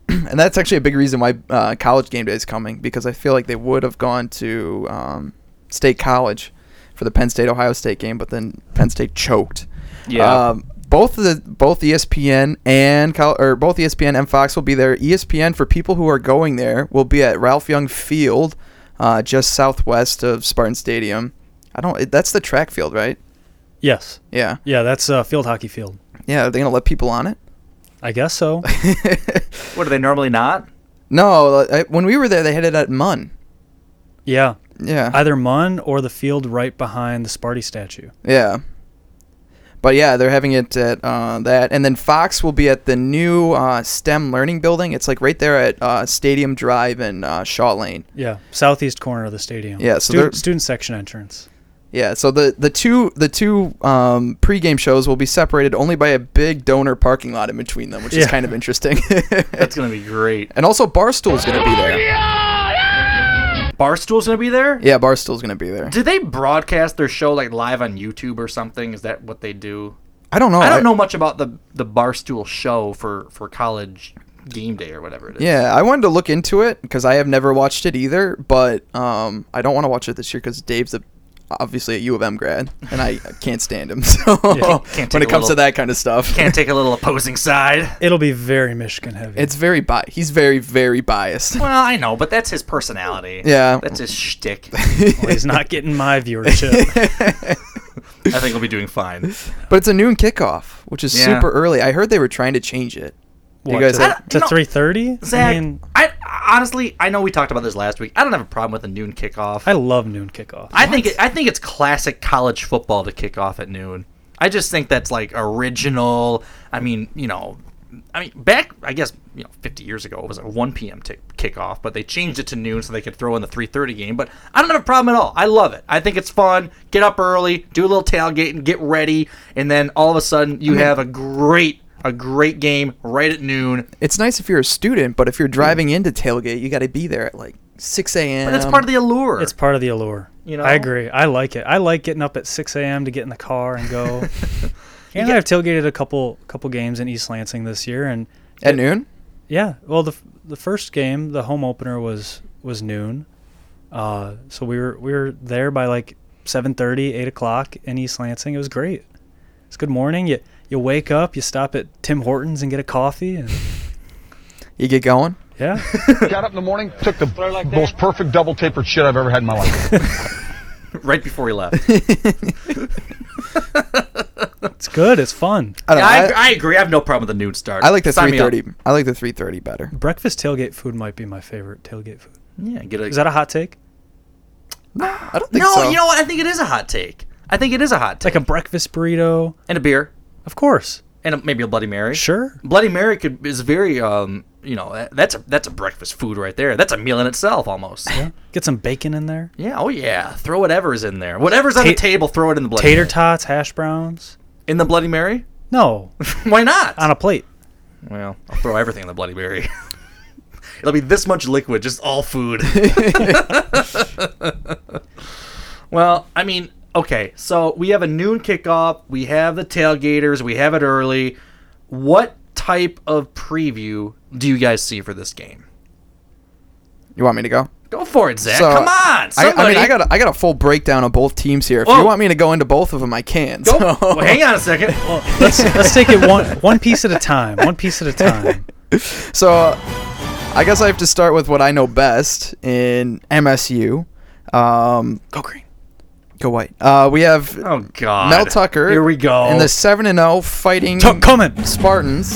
B: and that's actually a big reason why uh, college game day is coming because I feel like they would have gone to um, State College for the Penn State Ohio State game, but then Penn State choked.
A: Yeah.
B: Um, both of the both E ESPN and Col- or both E ESPN and Fox will be there. E ESPN for people who are going there will be at Ralph Young Field, uh, just southwest of Spartan Stadium. I don't. it- That's the track field, right?
C: yes.
B: Yeah.
C: Yeah, that's uh, field hockey field.
B: Yeah. Are they gonna let people on it?
C: I guess so.
A: What are they normally not?
B: No. I, when we were there, they had it at Munn.
C: Yeah.
B: Yeah.
C: Either Munn or the field right behind the Sparty statue.
B: Yeah. But yeah, they're having it at uh, that, and then Fox will be at the new uh, STEM Learning Building. It's like right there at uh, Stadium Drive and uh, Shaw Lane.
C: Yeah. Southeast corner of the stadium.
B: Yeah, so
C: student,
B: they're-
C: student section entrance.
B: Yeah, so the the two the two um, pregame shows will be separated only by a big donor parking lot in between them, which is
C: Yeah.
B: kind of interesting.
A: That's going to be great.
B: and also Barstool's gonna be there.
A: Barstool's going to be there?
B: Yeah, Barstool's gonna be there.
A: Do they broadcast their show like live on YouTube or something? Is that what they do?
B: I don't know.
A: I don't know much about the the Barstool show for for college game day or whatever it is.
B: Yeah, I wanted to look into it because I have never watched it either, but um, I don't want to watch it this year because Dave's a, obviously a U of M grad, and I can't stand him. So
A: can't
B: when
A: take
B: it
A: a
B: comes to
A: little-
B: that kind of stuff,
A: Can't take a little opposing side.
C: It'll be very Michigan heavy.
B: it's very bi. He's very very biased.
A: Well, I know, but that's his personality.
B: Yeah.
A: That's his shtick.
C: Well, he's not getting my viewership.
A: I think we'll be doing fine.
B: But it's a noon kickoff, which is
A: Yeah.
B: super early. I heard they were trying to change it. Do
C: What,
B: you guys
C: to-
B: have-
C: to
A: no,
C: three thirty?
A: Zach,
C: I
A: I,
C: mean,
A: honestly, I know we talked about this last week. I don't have a problem with a noon kickoff.
C: I love noon kickoff.
A: I think it, I think it's classic college football to kick off at noon. I just think that's like original. I mean, you know, I mean, back I guess you know 50 years ago it was a 1 p.m. T- kickoff, but they changed it to noon so they could throw in the 3:30 game. But I don't have a problem at all. I love it. I think it's fun. Get up early, do a little tailgating, get ready, and then all of a sudden you
B: I mean-
A: have a great a great game right at noon.
B: It's nice if you're a student, but if you're driving into tailgate, you got to be there at like 6 a.m.
A: But that's part of the allure.
C: It's part of the allure.
A: You know?
C: I agree. I like it. I like getting up at 6 a.m. to get in the car and go. and I've tailgated a couple couple games in East Lansing this year, and
B: At noon?
C: yeah. Well, the f- the first game, the home opener was was noon, uh, so we were we were there by like 7:30, 8 o'clock in East Lansing. It was great. It's good morning. You you wake up, you stop at Tim Hortons and get a coffee, and
B: You get going.
C: yeah.
R: Got up in the morning, took the most perfect double tapered shit I've ever had in my life.
A: right before he left.
C: It's good. It's fun.
B: I don't
A: Yeah,
B: know,
A: I,
B: I-
A: I agree. I have no problem with the noon start.
B: I like the
A: Sign me up.
B: 3:30. I like the 3:30 better.
C: Breakfast tailgate food might be my favorite tailgate food.
A: Yeah, get a-
C: Is that a hot take?
B: I don't think
A: No,
B: so.
A: you know what? I think it is a hot take. I think it is a hot take.
C: Like a breakfast burrito,
A: and a beer,
C: of course.
A: and a, maybe a Bloody Mary.
C: Sure.
A: Bloody Mary could is very um you know that's a that's a breakfast food right there. That's a meal in itself almost. Yeah.
C: Get some bacon in there.
A: oh yeah. Throw whatever's in there. Whatever's on the
C: Ta-
A: table, throw it in the Bloody
C: Tater
A: Mary.
C: tots, hash browns.
A: in the Bloody Mary.
C: No,
A: Why not?
C: on a plate.
A: Well, I'll throw everything in the Bloody Mary. It'll be this much liquid, just all food. well, I mean, okay, so we have a noon kickoff, we have the tailgaters, we have it early. What type of preview do you guys see for this game?
B: You want me to go?
A: Go for it, Zach.
B: So,
A: Come on,
B: I,
A: somebody.
B: I mean, I got a, I got a full breakdown of both teams here. If
A: Oh.
B: you want me to go into both of them, I can.
A: Go-
B: so-
A: well, hang on a second.
C: Let's let's take it one one piece at a time. One piece at a time.
B: So, uh, I guess I have to start with what I know best in MSU. Um,
C: Go green.
B: go white. Uh, we have
A: oh God,
B: Mel Tucker.
A: Here we go.
B: And the seven and zero fighting
C: Tuck coming.
B: Spartans.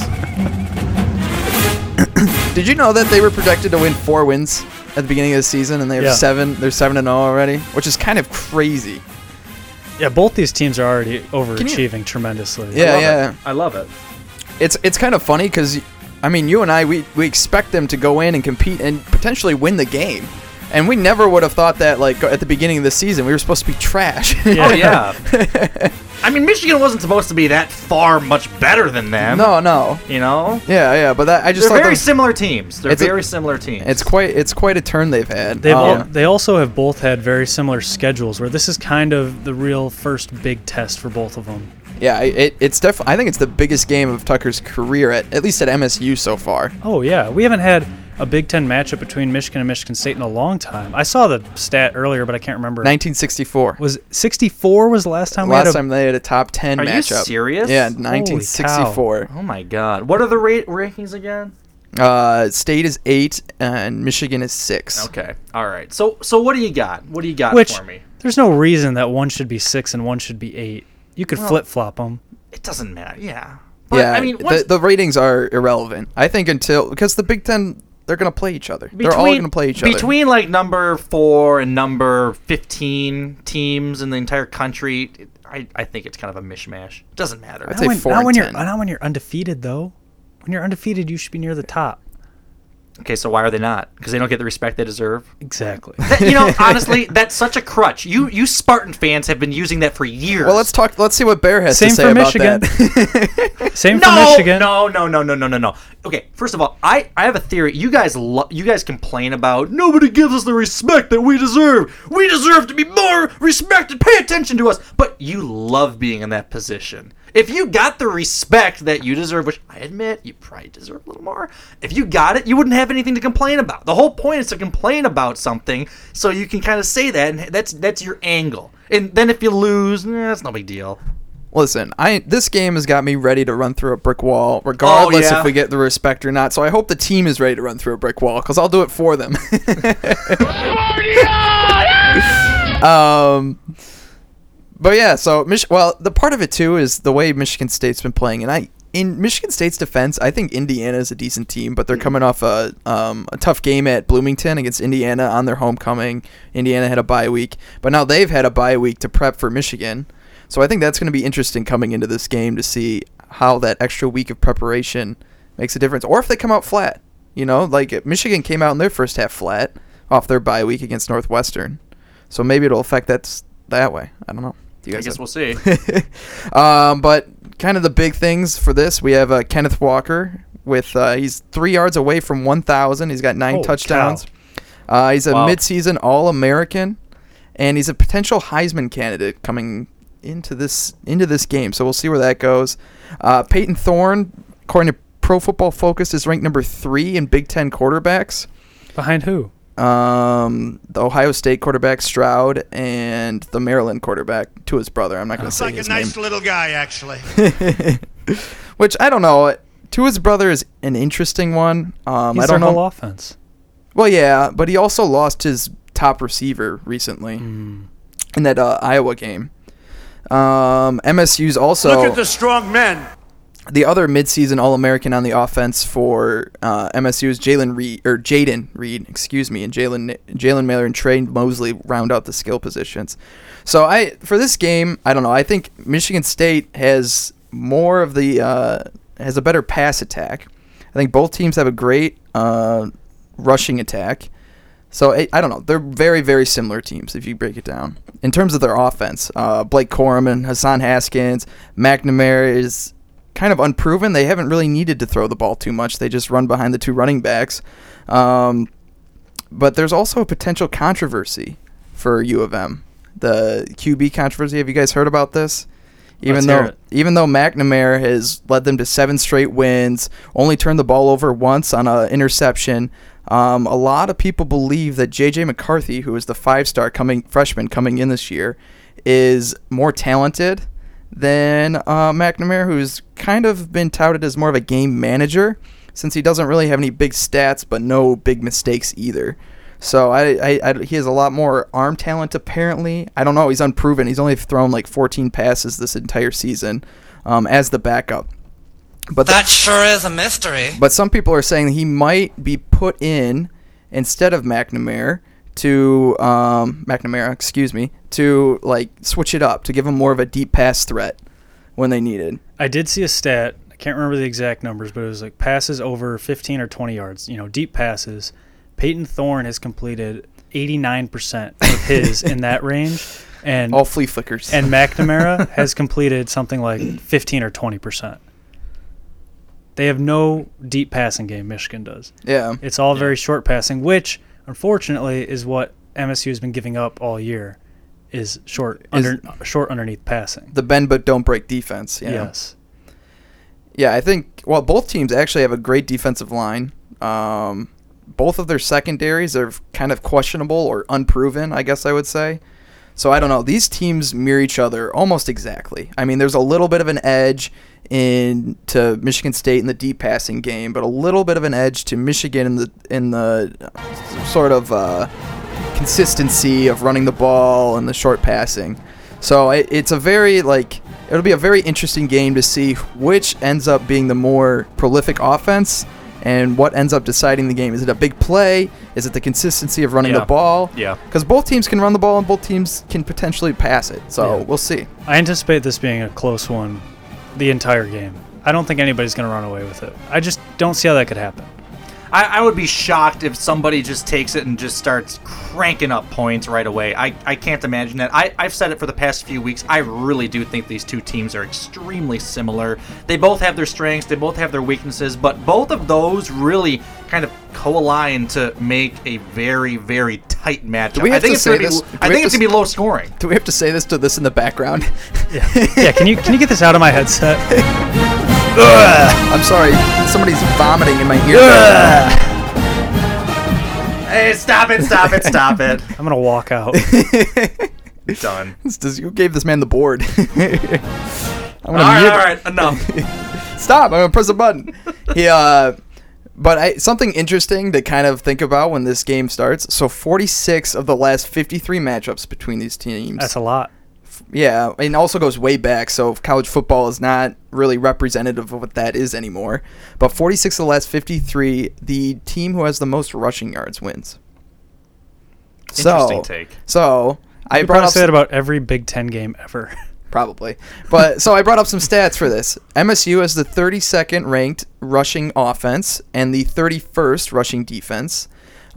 B: Did you know that they were projected to win four wins at the beginning of the season, and they have
C: Yeah.
B: seven? They're seven and zero already, which is kind of crazy.
C: Yeah, both these teams are already overachieving tremendously.
B: Yeah, yeah.
A: I love it.
B: it's it's kind of funny because I mean you and I we, we expect them to go in and compete and potentially win the game, and we never would have thought that like at the beginning of the season we were supposed to be trash.
A: Oh yeah. I mean, Michigan wasn't supposed to be that far much better than them.
B: no, no.
A: You know,
B: Yeah, yeah. But that I just
A: they're
B: thought
A: very
B: that-
A: similar teams. They're
B: It's a-
A: very similar teams.
B: it's quite it's quite a turn they've had.
C: They've
B: Um,
C: al- they also have both had very similar schedules where this is kind of the real first big test for both of them.
B: yeah, I- it, it's def- I think it's the biggest game of Tucker's career at at least at MSU so far.
C: Oh yeah, we haven't had a Big Ten matchup between Michigan and Michigan State in a long time. I saw the stat earlier, but I can't remember.
B: 1964.
C: was 64 was the last time we had
B: Last
C: a,
B: time they had a top ten
A: Are you
B: matchup.
A: serious?
B: Yeah,
A: Holy cow.
B: 1964.
A: Oh my God! What are the ra- rankings again?
C: Oh.
B: Uh, State is eight and Michigan is six.
A: Okay, all right. So, so what do you got? What do you got
C: which
A: for me?
C: there's no reason that one should be 6 and one should be 8. You could
A: Well-
C: flip-flop them.
A: It doesn't matter. Yeah, but
B: yeah,
A: I mean, once,
B: the, the ratings are irrelevant. I think until because the Big Ten, they're gonna play each other. they're all gonna play each other.
A: between like number four and number fifteen teams in the entire country. It, I, I think it's kind of a mishmash. Doesn't matter.
B: I'd say
C: when,
B: four
C: not
B: and
C: when
B: 10.
C: you're not when you're undefeated though. When you're undefeated, you should be near the top.
A: Okay, so why are they not? Because they don't get the respect they deserve.
C: Exactly.
A: That- you know, honestly, that's such a crutch. You you Spartan fans have been using that for years.
B: Well, let's talk. Let's see what Bear has
C: Same
B: to say
C: for
B: about
C: Michigan.
B: that.
C: Same for
A: no,
C: Michigan.
A: No, no, no, no, no, no, no. Okay, first of all, I, I have a theory. You guys lo- you guys complain about nobody gives us the respect that we deserve. We deserve to be more respected. Pay attention to us. But you love being in that position. If you got the respect that you deserve, which I admit you probably deserve a little more, if you got it, you wouldn't have anything to complain about. The whole point is to complain about something so you can kind of say that, and that's that's your angle. And then if you lose, eh, that's no big deal.
B: Listen, I this game has got me ready to run through a brick wall, regardless
A: Oh, yeah.
B: if we get the respect or not. So I hope the team is ready to run through a brick wall because I'll do it for them. um, but yeah, so Mich- well, the part of it too is the way Michigan State's been playing, and I in Michigan State's defense, I think Indiana is a decent team, but they're coming off a um, a tough game at Bloomington against Indiana on their homecoming. Indiana had a bye week, but now they've had a bye week to prep for Michigan, so I think that's going to be interesting coming into this game to see how that extra week of preparation makes a difference. Or if they come out flat, you know, like if Michigan came out in their first half flat off their bye week against Northwestern, so maybe it'll affect that s- that way. I don't know. Do you
A: I
B: guys
A: guess
B: have-
A: we'll see.
B: um, but kind of the big things for this, we have uh, Kenneth Walker with uh, he's three yards away from 1,000. He's got nine
S: Holy
B: touchdowns. Uh, he's a
S: Wow.
B: midseason All-American, and he's a potential Heisman candidate coming into this into this game. So we'll see where that goes. Uh, Peyton Thorne, according to Pro Football Focus, is ranked number three in Big Ten quarterbacks.
C: Behind who?
B: Um, the Ohio State quarterback Stroud and the Maryland quarterback to his brother. I'm not going to
T: It's
B: say
T: like a
B: his
T: nice
B: name.
T: little guy, actually.
B: Which I don't know. Tua's brother is an interesting one. Um,
C: He's
B: I don't
C: their
B: know.
C: whole offense.
B: Well, yeah, but he also lost his top receiver recently
C: Hmm.
B: in that uh, Iowa game. Um, MSU's also
T: Look at the strong men.
B: the other midseason All-American on the offense for uh, MSU is Jalen Reed or Jaden Reed, excuse me, and Jalen Jalen Miller and Trey Mosley round out the skill positions. So I for this game, I don't know. I think Michigan State has more of the uh, has a better pass attack. I think both teams have a great uh, rushing attack. So I, I don't know. They're very very similar teams if you break it down in terms of their offense. Uh, Blake Corum and Hassan Haskins, McNamara is kind of unproven. They haven't really needed to throw the ball too much. They just run behind the two running backs. Um, but there's also a potential controversy for U of M, the QB controversy. Have you guys heard about this? Even
C: Let's hear
B: though
C: it.
B: even though McNamara has led them to seven straight wins, only turned the ball over once on an interception. Um, a lot of people believe that J.J. McCarthy, who is the five-star coming freshman coming in this year, is more talented than uh, McNamara, who's kind of been touted as more of a game manager, since he doesn't really have any big stats, but no big mistakes either. So I, I, I he has a lot more arm talent apparently. I don't know. He's unproven. He's only thrown like 14 passes this entire season um, as the backup. But the-
U: That sure is a mystery.
B: but some people are saying he might be put in instead of McNamara to um, McNamara, excuse me, to like switch it up to give him more of a deep pass threat when they needed.
C: I did see a stat. I can't remember the exact numbers, but it was like passes over 15 or 20 yards, you know, deep passes. Peyton Thorne has completed 89% of his in that range. And
B: All flea flickers.
C: And McNamara has completed something like 15 or 20%. They have no deep passing game, Michigan does.
B: Yeah.
C: It's all very short passing, which unfortunately is what MSU has been giving up all year is short under short underneath passing.
B: The bend but don't break defense. Yeah.
C: Yes.
B: Yeah, I think well, both teams actually have a great defensive line. Um, both of their secondaries are kind of questionable or unproven, I guess I would say. So I don't know. These teams mirror each other almost exactly. I mean, there's a little bit of an edge in to Michigan State in the deep passing game, but a little bit of an edge to Michigan in the in the uh, sort of uh, consistency of running the ball and the short passing. So it, it's a very like it'll be a very interesting game to see which ends up being the more prolific offense and what ends up deciding the game. Is it a big play? Is it the consistency of running
C: Yeah.
B: the ball?
C: Yeah.
B: Because both teams can run the ball and both teams can potentially pass it. So
C: Yeah.
B: we'll see.
C: I anticipate this being a close one the entire game. I don't think anybody's going to run away with it. I just don't see how that could happen.
A: I, I would be shocked if somebody just takes it and just starts cranking up points right away. I, I can't imagine that. I, I've said it for the past few weeks. I really do think these two teams are extremely similar. They both have their strengths, they both have their weaknesses, but both of those really kind of coaline to make a very, very tight matchup.
B: Do we have
A: I think
B: to
A: it's
B: say
A: gonna be,
B: this? Do
A: I
B: we
A: think
B: have
A: it's
B: to
A: going to be low scoring.
B: Do we have to say this to this in the background?
C: yeah, can you can you get this out of my headset?
B: I'm sorry. Somebody's vomiting in my ear.
A: Hey, stop it, stop it, stop it.
C: I'm going to walk out.
A: Done.
B: This does- you gave this man the board. I'm gonna
A: All right,
B: mute-
A: all right, enough.
B: Stop! I'm gonna press a button. Yeah, uh, but I, something interesting to kind of think about when this game starts. So, 46 of the last 53 matchups between these teams.
C: That's a lot.
B: Yeah, and also goes way back. So college football is not really representative of what that is anymore. But 46 of the last 53, the team who has the most rushing yards wins. so,
A: Interesting take.
B: So I
C: You
B: brought
C: probably
B: up
C: say that about every Big Ten game ever.
B: probably. But so I brought up some stats for this. MSU is the 32nd ranked rushing offense and the 31st rushing defense.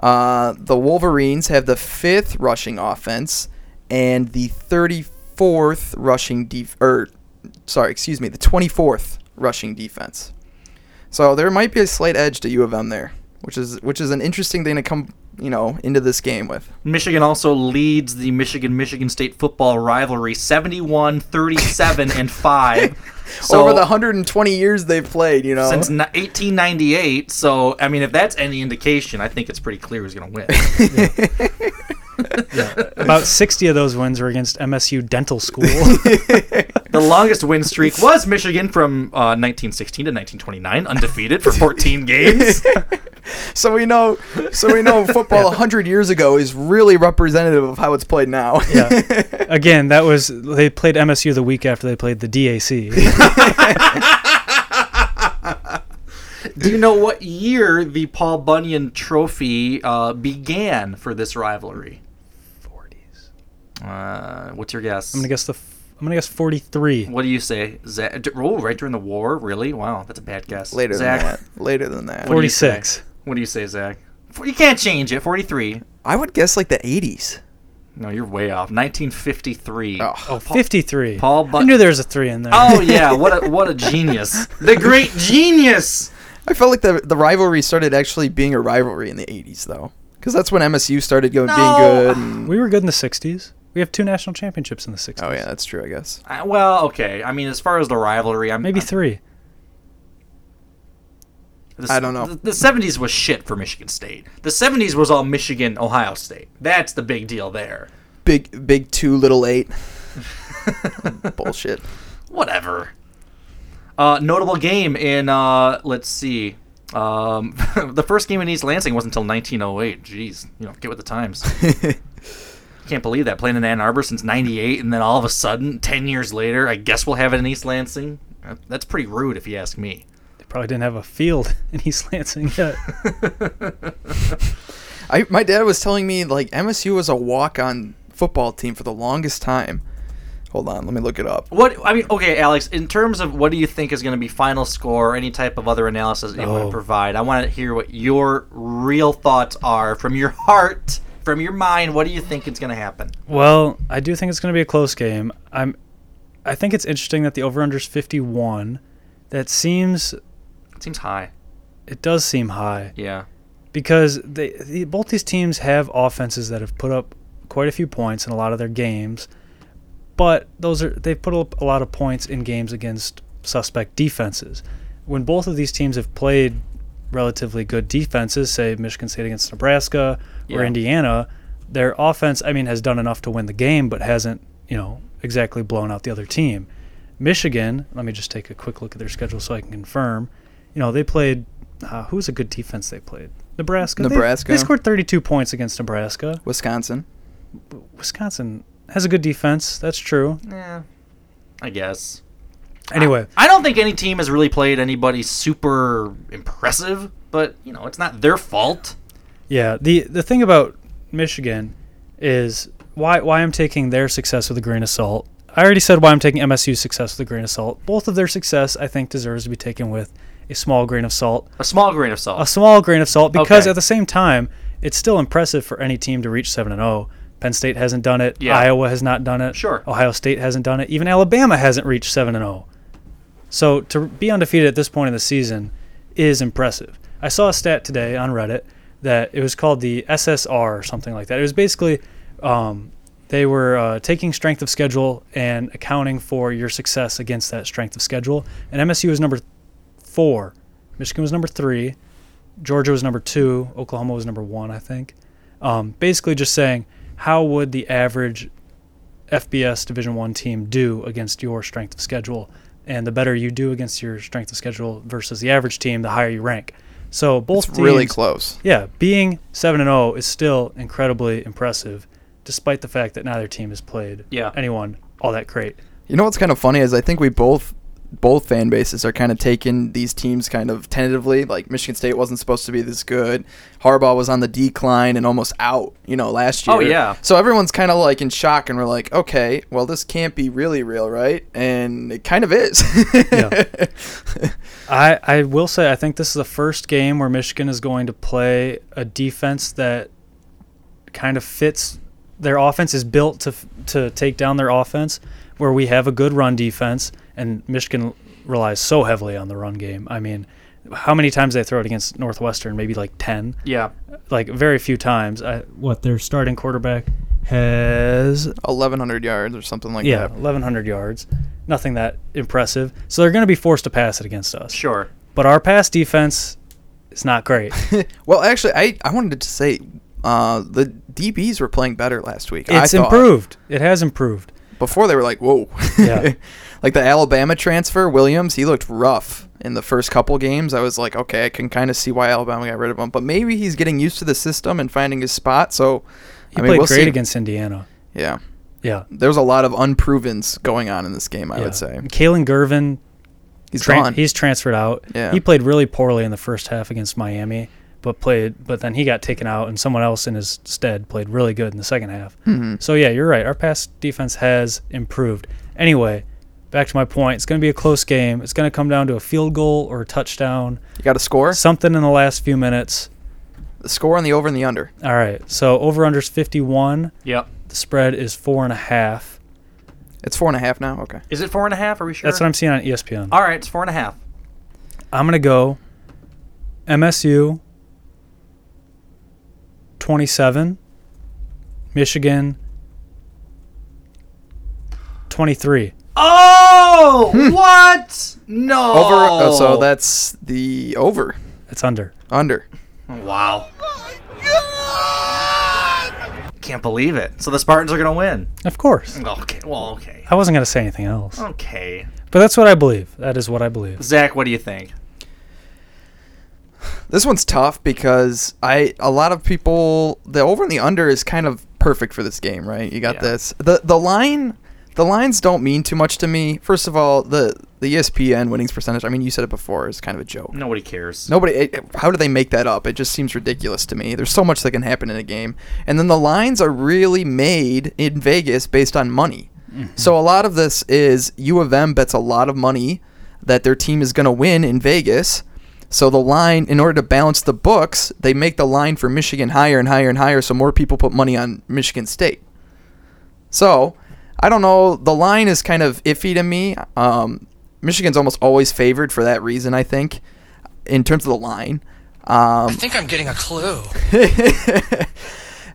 B: Uh, the Wolverines have the fifth rushing offense and the 34th rushing def. Or, sorry, excuse me, the 24th rushing defense. So there might be a slight edge to U of M there, which is which is an interesting thing to come you know into this game with.
A: Michigan also leads the Michigan Michigan State football rivalry 71 37 and 5
B: Over the 120 years they've played, you know.
A: since ni- 1898. So, I mean, if that's any indication, I think it's pretty clear who's going to win.
C: About 60 of those wins were against MSU Dental School.
A: the longest win streak was Michigan from uh, 1916 to 1929, undefeated for 14 games.
B: so we know so we know football 100 years ago is really representative of how it's played now.
C: Again, that was they played MSU the week after they played the DAC.
A: Do you know what year the Paul Bunyan Trophy uh, began for this rivalry? 40s. Uh, what's your guess?
C: I'm gonna guess the f- I'm gonna guess 43.
A: What do you say? Zach, d- oh, right during the war? Really? Wow, that's a bad guess.
B: Later
A: Zach,
B: than that. Later than that.
A: what do you say? What do you say, Zach? F- You can't change it. 43.
B: I would guess like the 80s.
A: No, you're way off. 1953. Oh,
C: 53.
A: Paul
C: I
A: Bunyan.
C: knew there was a three in there.
A: Oh yeah, what a, what a genius! The great genius.
B: I felt like the the rivalry started actually being a rivalry in the 80s though. Cuz that's when MSU started going being good. And,
C: We were good in the 60s. We have two national championships in the 60s.
B: oh yeah, that's true, I guess.
A: Uh, well, okay. I mean, as far as the rivalry, I'm
C: Maybe three.
A: The,
B: I don't know.
A: The, the 70s was shit for Michigan State. The 70s was all Michigan, Ohio State. That's the big deal there.
B: Big big 2 little 8. Bullshit.
A: Whatever. Uh, notable game in uh, let's see. Um, the first game in East Lansing wasn't until 1908. Jeez, you know, get with the times. Can't believe that playing in Ann Arbor since '98, and then all of a sudden, ten years later, I guess we'll have it in East Lansing. Uh, That's pretty rude, if you ask me.
C: They probably didn't have a field in East Lansing yet.
B: I my dad was telling me like MSU was a walk-on football team for the longest time. Hold on, let me look it up.
A: What I mean, okay, Alex. In terms of what do you think is going to be final score, or any type of other analysis that you want
C: Oh.
A: to provide, I want to hear what your real thoughts are from your heart, from your mind. What do you think is going to happen?
C: well, I do think it's going to be a close game. I'm, I think it's interesting that the over/under's 51. That seems,
A: It seems high.
C: it does seem high.
A: Yeah.
C: because they, the, both these teams have offenses that have put up quite a few points in a lot of their games, but those are they've put up a lot of points in games against suspect defenses. When both of these teams have played relatively good defenses, say Michigan State against Nebraska
A: Yeah.
C: or Indiana, their offense, I mean, has done enough to win the game, but hasn't, you know, exactly blown out the other team. Michigan, let me just take a quick look at their schedule so I can confirm. You know, they played. Uh, who was a good defense they played? Nebraska. They-
B: Nebraska.
C: They, scored 32 points against Nebraska.
B: Wisconsin.
C: Wisconsin has a good defense. That's true.
A: Yeah. I guess.
C: Anyway,
A: I don't think any team has really played anybody super impressive, but you know, it's not their fault.
C: yeah. the The thing about Michigan is why why I'm taking their success with a grain of salt. I already said why I'm taking MSU's success with a grain of salt. Both of their success, I think, deserves to be taken with a small grain of salt.
A: A small grain of salt.
C: a small grain of salt because
A: Okay.
C: at the same time, it's still impressive for any team to reach 7 and 0. Penn State hasn't done it.
A: Yeah.
C: Iowa has not done it.
A: Sure.
C: Ohio State hasn't done it. Even Alabama hasn't reached 7 and 0. So to be undefeated at this point in the season is impressive. I saw a stat today on Reddit that it was called the SSR or something like that. It was basically um, they were uh, taking strength of schedule and accounting for your success against that strength of schedule. And MSU was number four, Michigan was number three, Georgia was number two, Oklahoma was number one, I think. Um, basically, just saying how would the average FBS Division One team do against your strength of schedule, and the better you do against your strength of schedule versus the average team, the higher you rank. So both
B: It's really
C: teams-
B: close.
C: Yeah, being seven and zero is still incredibly impressive, despite the fact that neither team has played
A: Yeah.
C: anyone all that great.
B: You know what's kind of funny is I think we both both fan bases are kind of taking these teams kind of tentatively. Like Michigan State wasn't supposed to be this good. Harbaugh was on the decline and almost out, you know, last year.
A: Oh, yeah.
B: So everyone's kind of like in shock, and we're like, okay, well, this can't be really real, right? And it kind of is.
C: I I will say I think this is the first game where Michigan is going to play a defense that kind of fits their offense is built to f- to take down their offense where we have a good run defense and Michigan relies so heavily on the run game. I mean, how many times they throw it against Northwestern? Maybe like 10.
A: Yeah.
C: Like very few times. I, what their starting quarterback has
B: 1,100 yards or something like
C: yeah,
B: that.
C: 1100 yards. Nothing that impressive. So they're going to be forced to pass it against us.
A: Sure.
C: But our pass defense is not great.
B: Well, actually, I, I wanted to say uh, the DBs were playing better last week. I
C: It's
B: thought.
C: improved. It has improved.
B: Before they were like, whoa.
C: Yeah.
B: like the Alabama transfer, Williams, he looked rough in the first couple games. I was like, okay, I can kind of see why Alabama got rid of him. But maybe he's getting used to the system and finding his spot. So,
C: He
B: I mean,
C: played
B: we'll
C: great
B: see.
C: against Indiana.
B: Yeah.
C: Yeah.
B: There's a lot of unprovens going on in this game, I would say.
C: Kalen Gervin,
B: He's gone.
C: He's transferred out.
B: Yeah.
C: He played really poorly in the first half against Miami, but played. But then he got taken out, and someone else in his stead played really good in the second half.
B: Mhm.
C: So yeah, you're right. Our pass defense has improved. Anyway, back to my point. It's going to be a close game. It's going to come down to a field goal or a touchdown.
B: You got a score?
C: Something in the last few minutes.
B: The score on the over and the under.
C: All right. So over unders 51.
A: Yep.
C: The spread is four and a half.
B: It's four and a half now. Okay.
A: Is it four and a half? Are we sure?
C: That's what I'm seeing on E ESPN.
A: All right, it's four and a half.
C: I'm gonna go MSU 27, Michigan 23.
A: Oh,
C: Hmm.
A: what? No.
B: Over. oh, so that's the over.
C: It's under.
B: Under.
A: Wow. Can't believe it. So the Spartans are gonna win.
C: Of course.
A: Okay. Well, okay.
C: I wasn't gonna say anything else.
A: Oh. Okay.
C: But that's what I believe. That is what I believe.
A: Zach, what do you think?
B: This one's tough because I a lot of people the over and the under is kind of perfect for this game, right? You got this. The the line the lines don't mean too much to me. First of all, the the E ESPN winnings percentage, I mean you said it before, is kind of a joke.
A: Nobody cares.
B: Nobody. It, it- how do they make that up? It just seems ridiculous to me. There's so much that can happen in a game, and then the lines are really made in Vegas based on money. So a lot of this is U of M bets a lot of money that their team is going to win in Vegas. So the line, in order to balance the books, they make the line for Michigan higher and higher and higher, so more people put money on Michigan State. So, I don't know. The line is kind of iffy to me. Um, Michigan's almost always favored for that reason, I think, in terms of the line. Um,
S: think I'm getting a clue.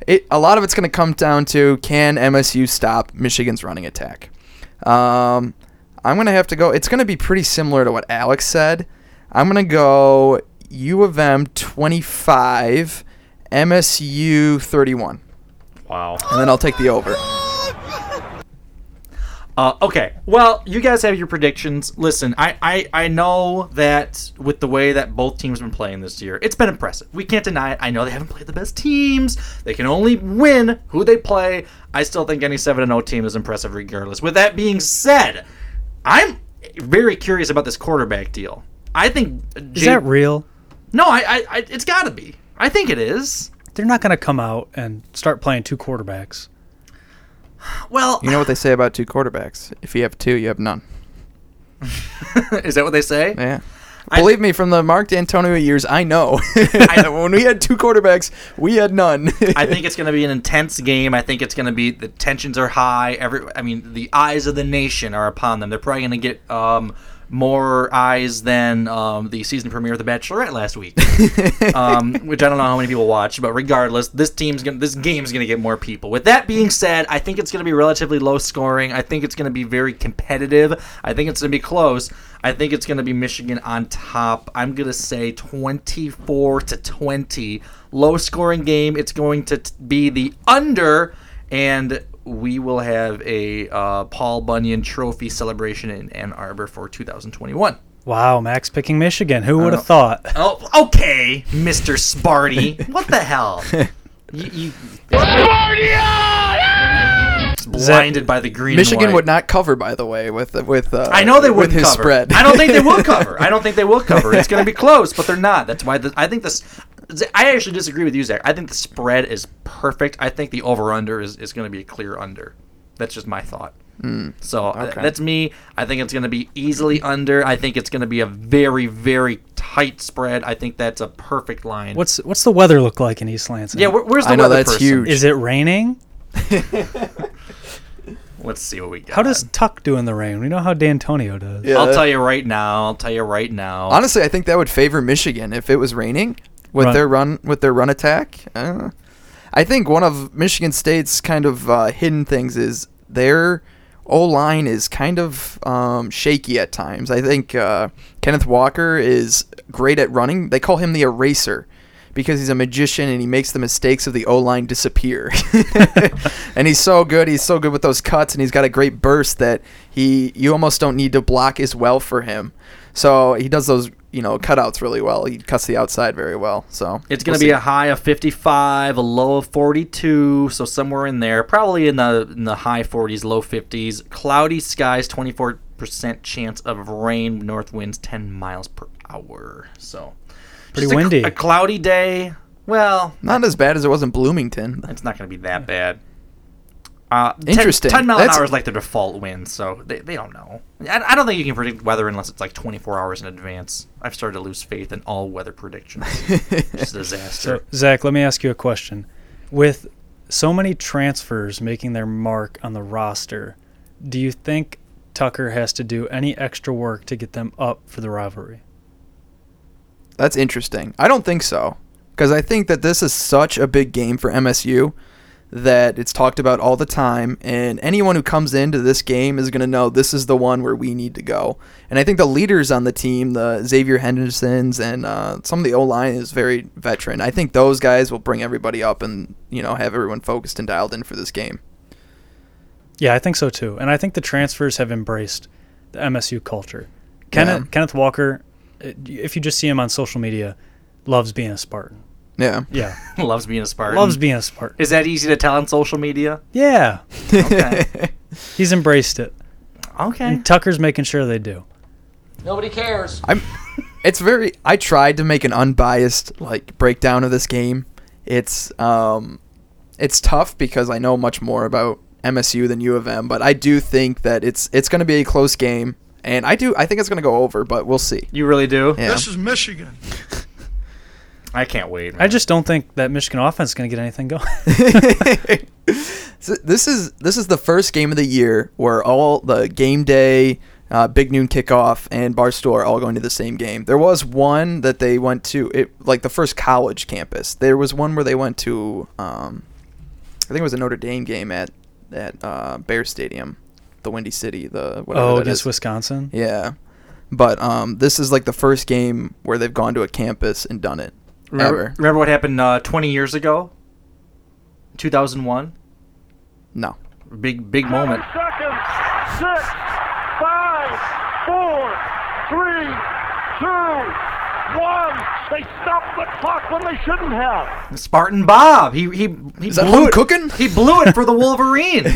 B: it, a lot of it's going to come down to can MSU stop Michigan's running attack? Um, I'm going to have to go. It's going to be pretty similar to what Alex said. I'm going to go U of M 25, MSU 31.
A: Wow.
B: And then I'll take the over.
A: Uh, okay. Well, you guys have your predictions. Listen, I, I, I know that with the way that both teams have been playing this year, it's been impressive. We can't deny it. I know they haven't played the best teams. They can only win who they play. I still think any 7 0 team is impressive regardless. With that being said, I'm very curious about this quarterback deal. I think.
C: Is that real?
A: No, I, I, I it's got to be. I think it is.
C: They're not gonna come out and start playing two quarterbacks.
A: Well,
B: You know what they say about two quarterbacks? If you have two, you have none.
A: is that what they say?
B: Yeah. Believe me, from the Mark D'Antonio years, I know. when we had two quarterbacks, we had none.
A: I think it's going to be an intense game. I think it's going to be the tensions are high. Every, I mean, the eyes of the nation are upon them. They're probably going to get um, more eyes than um, the season premiere of The Bachelorette last week, um, which I don't know how many people watched. But regardless, this team's going, to this game's going to get more people. With that being said, I think it's going to be relatively low scoring. I think it's going to be very competitive. I think it's going to be close. I think it's going to be Michigan on top. I'm going to say 24 to 20. Low scoring game. It's going to t- be the under, and we will have a uh, Paul Bunyan trophy celebration in Ann Arbor for 2021.
C: Wow, Max picking Michigan. Who
A: I
C: would
A: know.
C: have thought?
A: Oh, okay, Mr. Sparty. What the hell? You, you, blinded by the green. and
B: Michigan
A: white.
B: would not cover, by the way, with with. Uh,
A: I know they
B: with
A: wouldn't
B: his
A: cover.
B: spread.
A: I don't think they will cover. I don't think they will cover. It's going to be close, but they're not. That's why the, I think this. I actually disagree with you, Zach. I think the spread is perfect. I think the over under is, is going to be a clear under. That's just my thought.
B: Mm.
A: So uh,
B: Okay.
A: that's me. I think it's going to be easily under. I think it's going to be a very, very tight spread. I think that's a perfect line.
C: What's what's the weather look like in East Lansing?
A: Yeah, where- where's the I know, weather that's person? huge.
C: Is it raining?
A: Let's see what we got.
C: How does Tuck do in the rain? We know how D'Antonio does.
A: Uh, I'll tell you right now. I'll tell you right now.
B: Honestly, I think that would favor Michigan if it was raining with
C: Run.
B: their run with their run attack. Uh, I think one of Michigan State's kind of uh, hidden things is their O line is kind of um, shaky at times. I think uh, Kenneth Walker is great at running. They call him the eraser because he's a magician and he makes the mistakes of the O line disappear. and he's so good. He's so good with those cuts, and he's got a great burst that he you almost don't need to block as well for him. So he does those you know cutouts really well. He cuts the outside very well. So
A: It's going
B: we'll
A: to be
B: see.
A: a high of 55, a low of 42, so somewhere in there, probably in the in the high 40s, low 50s. Cloudy skies, 24% chance of rain, north winds 10 miles per hour. So
C: Pretty
A: just a cl-
C: windy.
A: A, cloudy day. Well,
B: not as bad as it was in Bloomington.
A: it's not going to be that bad. Uh, 10
B: Interesting.
A: 10, mile an
B: That's-
A: hour is like the default wind, so they, they don't know. I, I don't think you can predict weather unless it's like 24 hours in advance. I've started to lose faith in all weather predictions. it's a disaster.
C: So, Zach, let me ask you a question. With so many transfers making their mark on the roster, do you think Tucker has to do any extra work to get them up for the rivalry?
B: That's interesting. I don't think so. Because I think that this is such a big game for MSU that it's talked about all the time. And anyone who comes into this game is going to know this is the one where we need to go. And I think the leaders on the team, the Xavier Hendersons and uh, some of the O line is very veteran. I think those guys will bring everybody up and, you know, have everyone focused and dialed in for this game.
C: Yeah, I think so too. And I think the transfers have embraced the MSU culture. Kenneth, Kenneth Walker, uh, if you just see him on social media, loves being a Spartan.
B: Yeah.
C: Yeah.
A: Loves being a Spartan.
C: Loves being a Spartan.
A: Is that easy to tell on social media?
C: Yeah.
A: Okay.
C: He's embraced it.
A: Okay.
C: And Tucker's making sure they do.
S: Nobody cares.
B: I'm. It's very. I tried to make an unbiased like breakdown of this game. It's um, it's tough because I know much more about MSU than U of M, but I do think that it's it's going to be a close game, and I do. I think it's going to go over, but we'll see.
A: You really do?
B: Yeah.
S: This is Michigan.
A: I can't wait.
C: I just don't think that Michigan offense is going to get anything going. Oh,
B: So this is this is the first game of the year where all the game day, uh, big noon kickoff, and Barstool are all going to the same game. There was one that they went to, it like the first college campus. There was one where they went to, um, I think it was a Notre Dame game at at uh, Bear Stadium, the Windy City, the whatever
C: oh,
B: that
C: against
B: is.
C: Wisconsin?
B: Yeah, but um, this is like the first game where they've gone to a campus and done it
A: Remember,
B: ever.
A: remember what happened uh, 20 years ago? 2001?
B: No.
A: Big, big moment.
V: seconds. Six, five, four, three, two, one. They stopped the clock when they shouldn't have.
A: Spartan Bob. He, he, he
B: Is that
A: blew
B: home
A: it.
B: cooking?
A: He blew it for the Wolverines.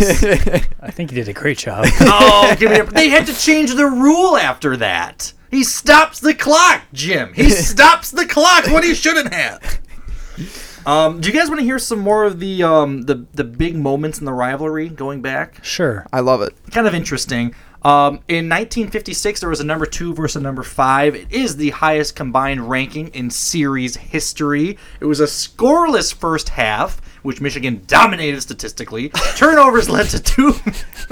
C: I think he did a great job.
A: oh, give me a, they had to change the rule after that. He stops the clock, Jim. He stops the clock when he shouldn't have. Um, do you guys want to hear some more of the um, the the big moments in the rivalry going back?
C: Sure.
B: I love it.
A: kind of interesting. Um, in 1956, there was a number two versus a number five. It is the highest combined ranking in series history. It was a scoreless first half, which Michigan dominated statistically. Turnovers led to two.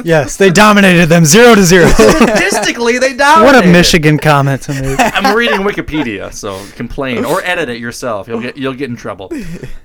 C: yes, they dominated them zero to zero.
A: statistically, they dominated.
C: what a Michigan comment to make.
A: I'm reading Wikipedia, so complain or edit it yourself. You'll get you'll get in trouble.